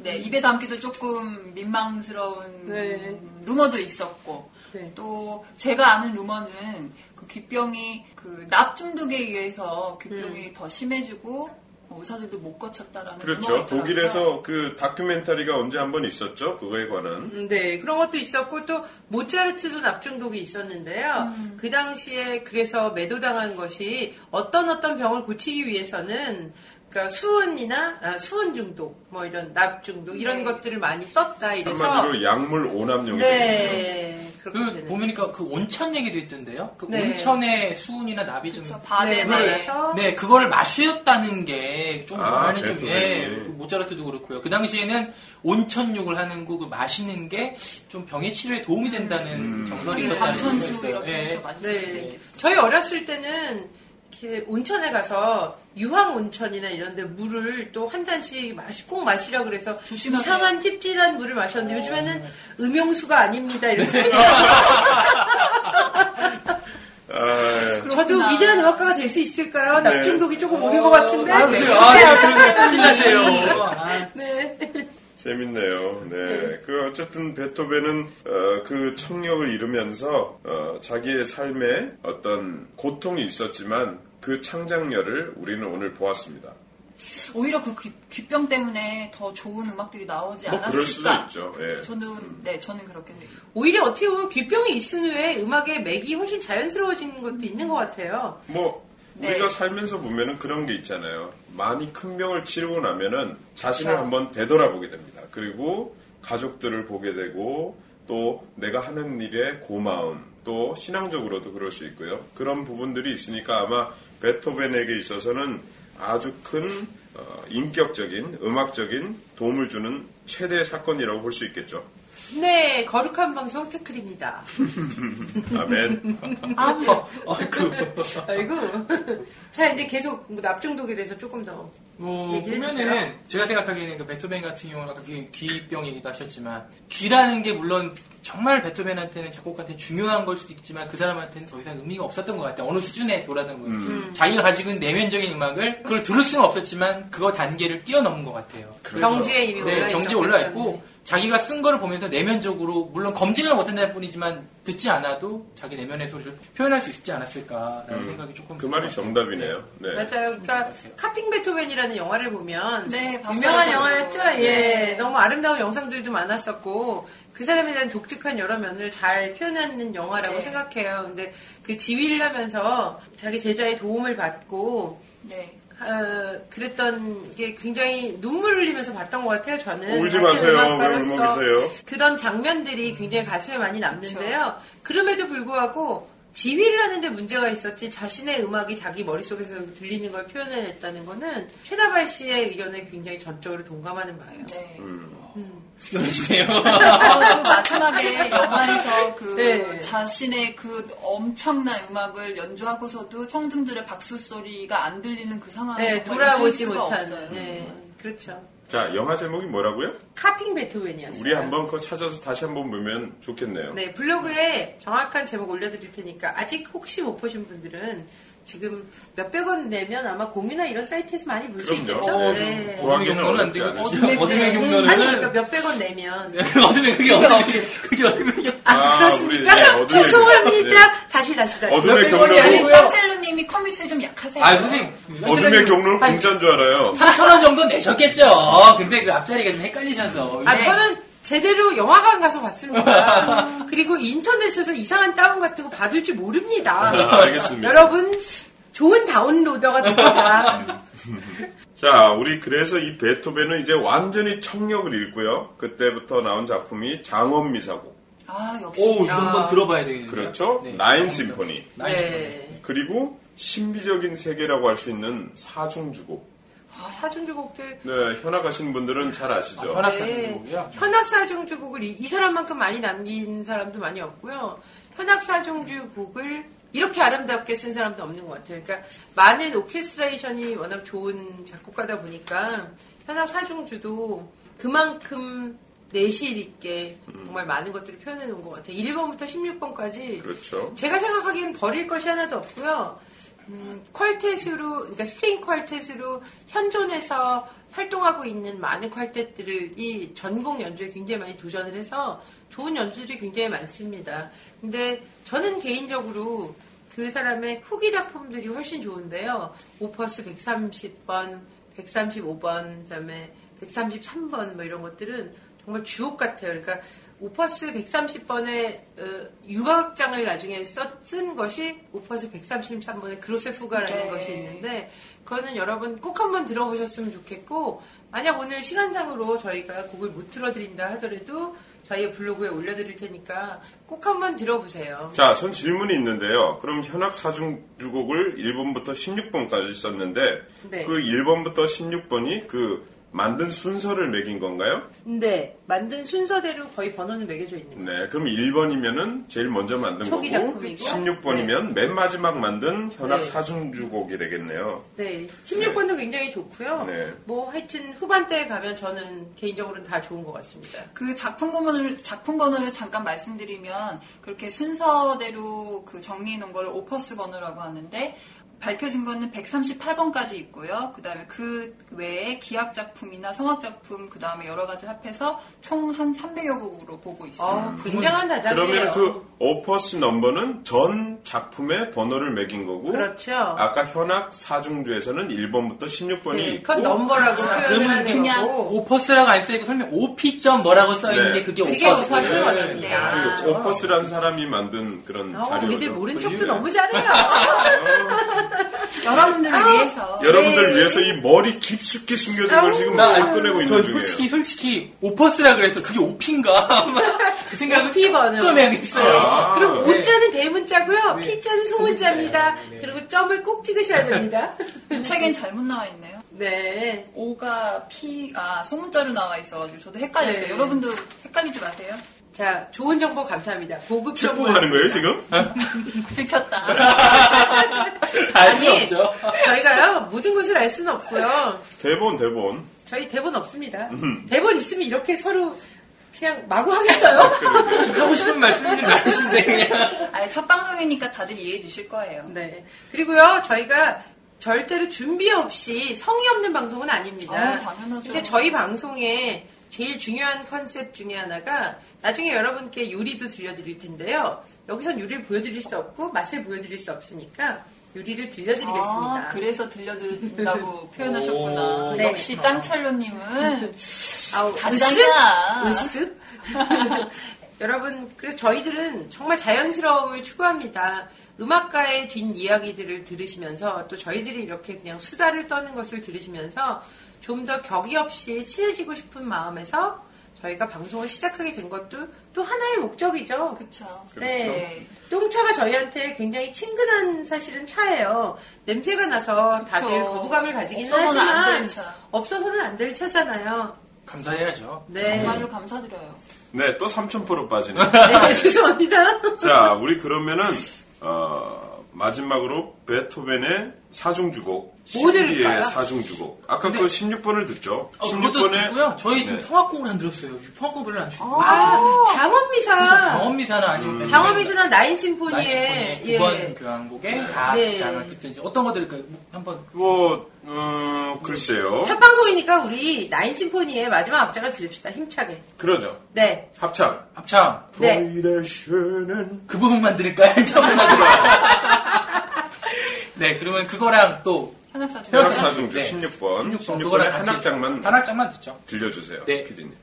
D: 네, 입에 담기도 조금 민망스러운
B: 네.
D: 루머도 있었고
B: 네.
D: 또 제가 아는 루머는 그 귓병이 그 납 중독에 의해서 귓병이
B: 음.
D: 더 심해지고 뭐 의사들도 못 거쳤다라는 루머가
A: 그렇죠.
D: 있더라고요.
A: 독일에서 그 다큐멘터리가 언제 한 번 있었죠. 그거에 관한.
B: 음, 네, 그런 것도 있었고 또 모차르트도 납중독이 있었는데요.
D: 음.
B: 그 당시에 그래서 매도당한 것이 어떤 어떤 병을 고치기 위해서는 그러니까 수은이나 아, 수은 중독, 뭐 이런 납 중독 이런
D: 네.
B: 것들을 많이 썼다 이래서
A: 한마디로 약물 오남용이 되거든요.
B: 그렇죠. 네 그렇게
C: 그
B: 되는
C: 보니까 그 온천 얘기도 있던데요. 그
B: 네.
C: 온천의 수은이나 나비 좀
D: 그렇죠.
B: 네,
D: 바데에
B: 그래서
C: 네, 그거를 마셨다는 게 좀,
A: 아,
C: 많이 좀,
A: 베토벤이.
C: 예, 그 모차르트도 그렇고요. 그 당시에는 온천욕을 하는 거, 그 마시는 게 좀 병의 치료에 도움이 된다는
A: 음.
C: 정설이
D: 우리
C: 있었다는
D: 감천수
C: 거였어요.
D: 이렇게
C: 예.
D: 해서 만들 수도
B: 네.
D: 있겠어요.
B: 저희 어렸을 때는 이렇게 온천에 가서 유황 온천이나 이런 데 물을 또 한 잔씩 마시, 꼭 마시라 그래서
D: 조심하세요.
B: 이상한 찝찝한 물을 마셨는데
C: 어.
B: 요즘에는 음용수가 아닙니다. 이렇게.
A: 아,
B: 저도
D: 그렇구나.
B: 위대한 음악가가 될 수 있을까요?
A: 네.
B: 납중독이 조금 오는 것 같은데.
C: 아,
B: 네.
C: 그래요? 아, 네, 그러면 큰일 나세요. 아,
B: 네.
A: 재밌네요. 네. 그 어쨌든 베토벤은 어, 그 청력을 잃으면서 어, 자기의 삶에 어떤 고통이 있었지만 그 창작력을 우리는 오늘 보았습니다.
D: 오히려 그 귀, 귓병 때문에 더 좋은 음악들이 나오지
A: 뭐
D: 않았을까?
A: 그럴 수도 있죠. 예.
D: 저는 네, 저는 그렇게 생각해요.
B: 오히려 어떻게 보면 귀병이 있은 후에 음악의 맥이 훨씬 자연스러워지는 것도 있는 것 같아요.
A: 뭐
D: 네.
A: 우리가 살면서 보면은 그런 게 있잖아요. 많이 큰 병을 치르고 나면은 자신을
D: 그렇죠.
A: 한번 되돌아보게 됩니다. 그리고 가족들을 보게 되고 또 내가 하는 일에 고마움 또 신앙적으로도 그럴 수 있고요. 그런 부분들이 있으니까 아마 베토벤에게 있어서는 아주 큰 어, 인격적인 음악적인 도움을 주는 최대의 사건이라고 볼 수 있겠죠.
B: 네, 거룩한 방송 태클입니다.
A: 아멘.
D: 아,
C: 네. 어,
D: 뭐.
C: 아이고.
B: 아이고. 자, 이제 계속 뭐 납중독에 대해서 조금 더.
C: 뭐
B: 얘기해
C: 보면은
B: 주세요.
C: 제가 생각하기에는 그 베토벤 같은 경우는 아까 귀, 귀병 얘기도 하셨지만 귀라는 게 물론 정말 베토벤한테는 작곡한테 중요한 걸 수도 있지만 그 사람한테는 더 이상 의미가 없었던 것 같아요. 어느 수준에 돌아선
A: 음.
C: 거예요.
B: 음.
C: 자기가 가지고 있는 내면적인 음악을 그걸 들을 수는 없었지만 그거 단계를 뛰어넘은 것 같아요.
A: 그렇죠.
B: 경지에 이미 올라
C: 네,
B: 있었기
C: 경지에 올라
B: 때문에.
C: 있고 자기가 쓴 거를 보면서 내면적으로 물론 검증을 못한다 뿐이지만 듣지 않아도 자기 내면의 소리를 표현할 수 있지 않았을까라는 생각이 조금
A: 그 말이
C: 드는 것 같아요.
A: 정답이네요. 네.
B: 맞아요. 그러니까 카핑 베토벤이라는 영화를 보면
D: 네, 봤어요,
B: 유명한
D: 저도.
B: 영화였죠.
D: 네.
B: 예, 너무 아름다운 영상들도 많았었고 그 사람에 대한 독특한 여러 면을 잘 표현하는 영화라고
D: 네.
B: 생각해요. 근데 그 지휘를 하면서 자기 제자의 도움을 받고
D: 네.
B: 어, 그랬던 게 굉장히 눈물 흘리면서 봤던 것 같아요. 저는
A: 울지
B: 같은
A: 마세요. 왜
B: 음악가로서
A: 울먹이세요?
B: 그런 장면들이 굉장히 가슴에 많이 남는데요. 그럼에도 불구하고 지휘를 하는데 문제가 있었지 자신의 음악이 자기 머릿속에서 들리는 걸 표현해냈다는 거는 최다발 씨의 의견에 굉장히 전적으로 동감하는 바예요.
D: 네.
A: 음.
C: 수연이시네요.
D: 그 마지막에 영화에서 그
B: 네.
D: 자신의 그 엄청난 음악을 연주하고서도 청중들의 박수 소리가 안 들리는 그 상황을
B: 네,
D: 정말 잊을
B: 돌아오지
D: 수가
B: 못하는.
D: 없어요.
B: 네, 그렇죠.
A: 자, 영화 제목이 뭐라고요?
B: 카핑 베토벤이었어요.
A: 우리 한번 그거 찾아서 다시 한번 보면 좋겠네요.
B: 네, 블로그에 정확한 제목 올려드릴 테니까 아직 혹시 못 보신 분들은 지금 몇백 원 내면 아마 공유나 이런 사이트에서 많이 볼 수
A: 그럼요.
B: 있겠죠?
A: 네.
B: 네.
A: 어, 구하기는
C: 경로는
A: 어렵지 않아요.
D: 어둠의
C: 어둠의
D: 경로는-
B: 아니, 그러니까
C: 경로는
B: 몇백 원 내면.
C: 어둠의 그게 어떻게 그게 어둠의 경로
B: 아,
A: 아, 우리 이제
B: 그렇습니까?
A: 어둠의
B: 죄송합니다. 다시, 다시, 다시.
A: 네. 어둠의
B: 몇백
A: 경로로-
B: 원이 아니-
D: 아니, 짱젤로님이 컴퓨터에 좀 약하세요.
C: 아 선생님
A: 어둠의 경로는 공짜인 줄 알아요.
C: 3천 원 정도 내셨겠죠. 근데 그 앞자리가 좀 헷갈리셔서. 예.
B: 아, 저는 제대로 영화관 가서 봤습니다. 그리고 인터넷에서 이상한 다운 같은 거 받을 줄 모릅니다.
A: 아, 알겠습니다.
B: 여러분, 좋은 다운로더가 됩니다.
A: 자, 우리 그래서 이 베토벤은 이제 완전히 청력을 잃고요. 그때부터 나온 작품이 장엄미사고.
D: 아, 역시.
C: 오 이거
D: 야.
C: 한번 들어봐야 되겠네요.
A: 그렇죠?
C: 네.
A: 나인 심포니.
B: 네.
A: 그리고 신비적인 세계라고 할 수 있는 사중주곡.
B: 아, 사중주곡들.
A: 네, 현악 하시는 분들은 잘 아시죠?
C: 현악 사중주곡이요.
B: 네. 현악 사중주곡을 이, 이 사람만큼 많이 남긴 사람도 많이 없고요. 현악 사중주곡을 이렇게 아름답게 쓴 사람도 없는 것 같아요. 그러니까 많은 오케스트레이션이 워낙 좋은 작곡가다 보니까 현악 사중주도 그만큼 내실 있게 정말 많은 것들을 표현해 놓은 것 같아요. 1번부터 16번까지
A: 그렇죠.
B: 제가 생각하기엔 버릴 것이 하나도 없고요. 음, 퀄텟으로, 그러니까 스트링 퀄텟으로 현존해서 활동하고 있는 많은 퀄텟들이 전공 연주에 굉장히 많이 도전을 해서 좋은 연주들이 굉장히 많습니다. 근데 저는 개인적으로 그 사람의 후기 작품들이 훨씬 좋은데요. 오퍼스 130번, 135번, 그다음에 133번 뭐 이런 것들은 정말 주옥 같아요. 그러니까 오퍼스 130번의 유각장을 나중에 써- 쓴 것이 오퍼스 133번의 그로세프가라는
D: 네.
B: 것이 있는데 그거는 여러분 꼭 한번 들어보셨으면 좋겠고 만약 오늘 시간상으로 저희가 곡을 못 틀어드린다 하더라도 저희의 블로그에 올려드릴 테니까 꼭 한번 들어보세요.
A: 자, 전 질문이 있는데요. 그럼 현악 사중주곡을 1번부터 16번까지 썼는데
B: 네.
A: 그 1번부터 16번이 그 만든 순서를 매긴 건가요?
B: 근데 네. 만든 순서대로 거의 번호는 매겨져 있는 거예요.
A: 네, 그럼 1번이면은 제일 먼저 만든
B: 초기
A: 거고
B: 작품이고요.
A: 16번이면 맨 마지막 만든 현악
B: 네.
A: 사중주곡이 되겠네요.
B: 네. 16번도 굉장히 좋고요.
A: 네.
B: 뭐 하여튼 후반대에 가면 저는 개인적으로는 다 좋은 것 같습니다.
D: 그 작품 번호를 작품 번호를 잠깐 말씀드리면 그렇게 순서대로 그 정리해 놓은 걸 오퍼스 번호라고 하는데 밝혀진 거는 138번까지 있고요. 그다음에 그 외에 기악 작품이나 성악 작품 그다음에 여러 가지 합해서 총 한 300여 곡으로 보고 있어요.
B: 어, 굉장한 다작이에요. 어.
A: 그러면 그 오퍼스 넘버는 전 작품의 번호를 매긴 거고
B: 그렇죠.
A: 아까 현악 사중주에서는 1번부터 16번이
B: 네,
A: 있고
B: 그건 넘버라고
D: 자,
B: 표현을
C: 그러면
B: 하는
D: 그냥
B: 거고
C: 오퍼스라고 안 써있고 설명 오피 점 뭐라고 써있는데
A: 네.
C: 그게
B: 그게
C: 오퍼스.
B: 오퍼스
C: 네.
B: 원입니다.
A: 저기 오퍼스라는 사람이 만든 그런
B: 어,
A: 자료죠.
B: 우리들 모른 척도
C: 네.
B: 너무 잘해요.
D: 여러분들을
B: 아우.
D: 위해서
A: 여러분들
B: 네.
A: 위해서 이 머리 깊숙이 숨겨둔 걸
B: 아우.
A: 지금
C: 나
A: 못
C: 알고
A: 꺼내고
C: 저
A: 있는 중이에요.
C: 솔직히 솔직히 오퍼스라 그래서 그게 오피인가 그 생각을
B: 뭐, 오피 번호.
C: 조금 해야겠어요.
A: 아.
B: 그리고
C: 네.
B: 오자는 대문자고요.
C: 네.
B: 피자는 소문자입니다.
C: 네.
B: 그리고 점을 꼭 찍으셔야 됩니다.
D: 그 책엔 잘못 나와 있네요.
B: 네.
D: 오가 피가 아, 소문자로 나와 있어가지고 저도 헷갈렸어요.
B: 네.
D: 여러분도 헷갈리지 마세요.
B: 자, 좋은 정보 감사합니다. 고급 정보.
A: 체포하는 네. 거예요 지금?
D: 들켰다.
C: 다알수
B: 아니.
C: 없죠.
B: 저희가요, 모든 것을 알 수는 없고요.
A: 대본 대본.
B: 저희 대본 없습니다.
C: 음.
B: 대본 있으면 이렇게 서로 그냥 마구 하겠어요?
C: 지금 하고 싶은 말씀이 많으신데 그냥.
D: 아니 첫 방송이니까 다들 이해해 주실 거예요.
B: 네. 그리고요, 저희가 절대로 준비 없이 성의 없는 방송은 아닙니다.
D: 아, 당연하죠.
B: 근데 저희 방송의 제일 중요한 컨셉 중에 하나가 나중에 여러분께 요리도 들려드릴 텐데요. 여기선 요리를 보여드릴 수 없고 맛을 보여드릴 수 없으니까 요리를 들려드리겠습니다.
D: 아, 그래서 들려드린다고 표현하셨구나.
C: 오,
B: 네.
D: 역시 짱찰로님은
B: 아우,
D: 단장이야.
B: 으쓱? 으쓱? 여러분, 그래서 저희들은 정말 자연스러움을 추구합니다. 음악가의 뒷이야기들을 들으시면서 또 저희들이 이렇게 그냥 수다를 떠는 것을 들으시면서 좀 더 격이 없이 친해지고 싶은 마음에서 저희가 방송을 시작하게 된 것도 또 하나의 목적이죠.
D: 그쵸.
B: 네. 똥차가 저희한테 굉장히 친근한 사실은 차예요. 냄새가 나서 다들
D: 그쵸.
B: 거부감을 가지긴
D: 그렇죠. 없어서는 안
B: 하지만
D: 될 차.
B: 없어서는 안 될 차잖아요.
C: 감사해야죠.
B: 네.
D: 정말로 감사드려요.
A: 네, 또 3,000% 빠지네.
B: 네, 죄송합니다.
A: 자, 우리 그러면은, 어, 마지막으로 베토벤의 사중주곡.
B: 뭐를
A: 시리의
B: 까요?
A: 사중주곡. 아까 그 16번을 듣죠.
C: 네. 어, 그것도 듣고요. 저희 지금
A: 네.
C: 성악곡을 안 들었어요. 성악곡 별로 안 좋아해요.
B: 아, 장원미사.
C: 장원미사나 아니면 네.
B: 장원미사나 나인
C: 나인심포니의
B: 심포니의
C: 구번
B: 예.
C: 교향곡의
B: 네.
C: 4장을 듣든지 어떤 거 들을까요? 뭐 한번
A: 뭐, 음,
C: 네.
A: 글쎄요.
B: 첫 방송이니까 우리 나인 심포니의 마지막 악장을 들읍시다. 힘차게.
A: 그러죠.
B: 네.
A: 합창.
C: 합창
B: 네.
A: 보이다시는
C: 그 부분만 들을까요? 처음만 들어요. 네, 그러면 그거랑 또
D: 현악사죠.
A: 현악사중주
C: 네.
A: 16번.
C: 16번
A: 16번의
C: 그거랑
A: 한
C: 같이
A: 악장만
C: 한 악장만 듣죠.
A: 들려주세요.
C: 네.
A: 피디님.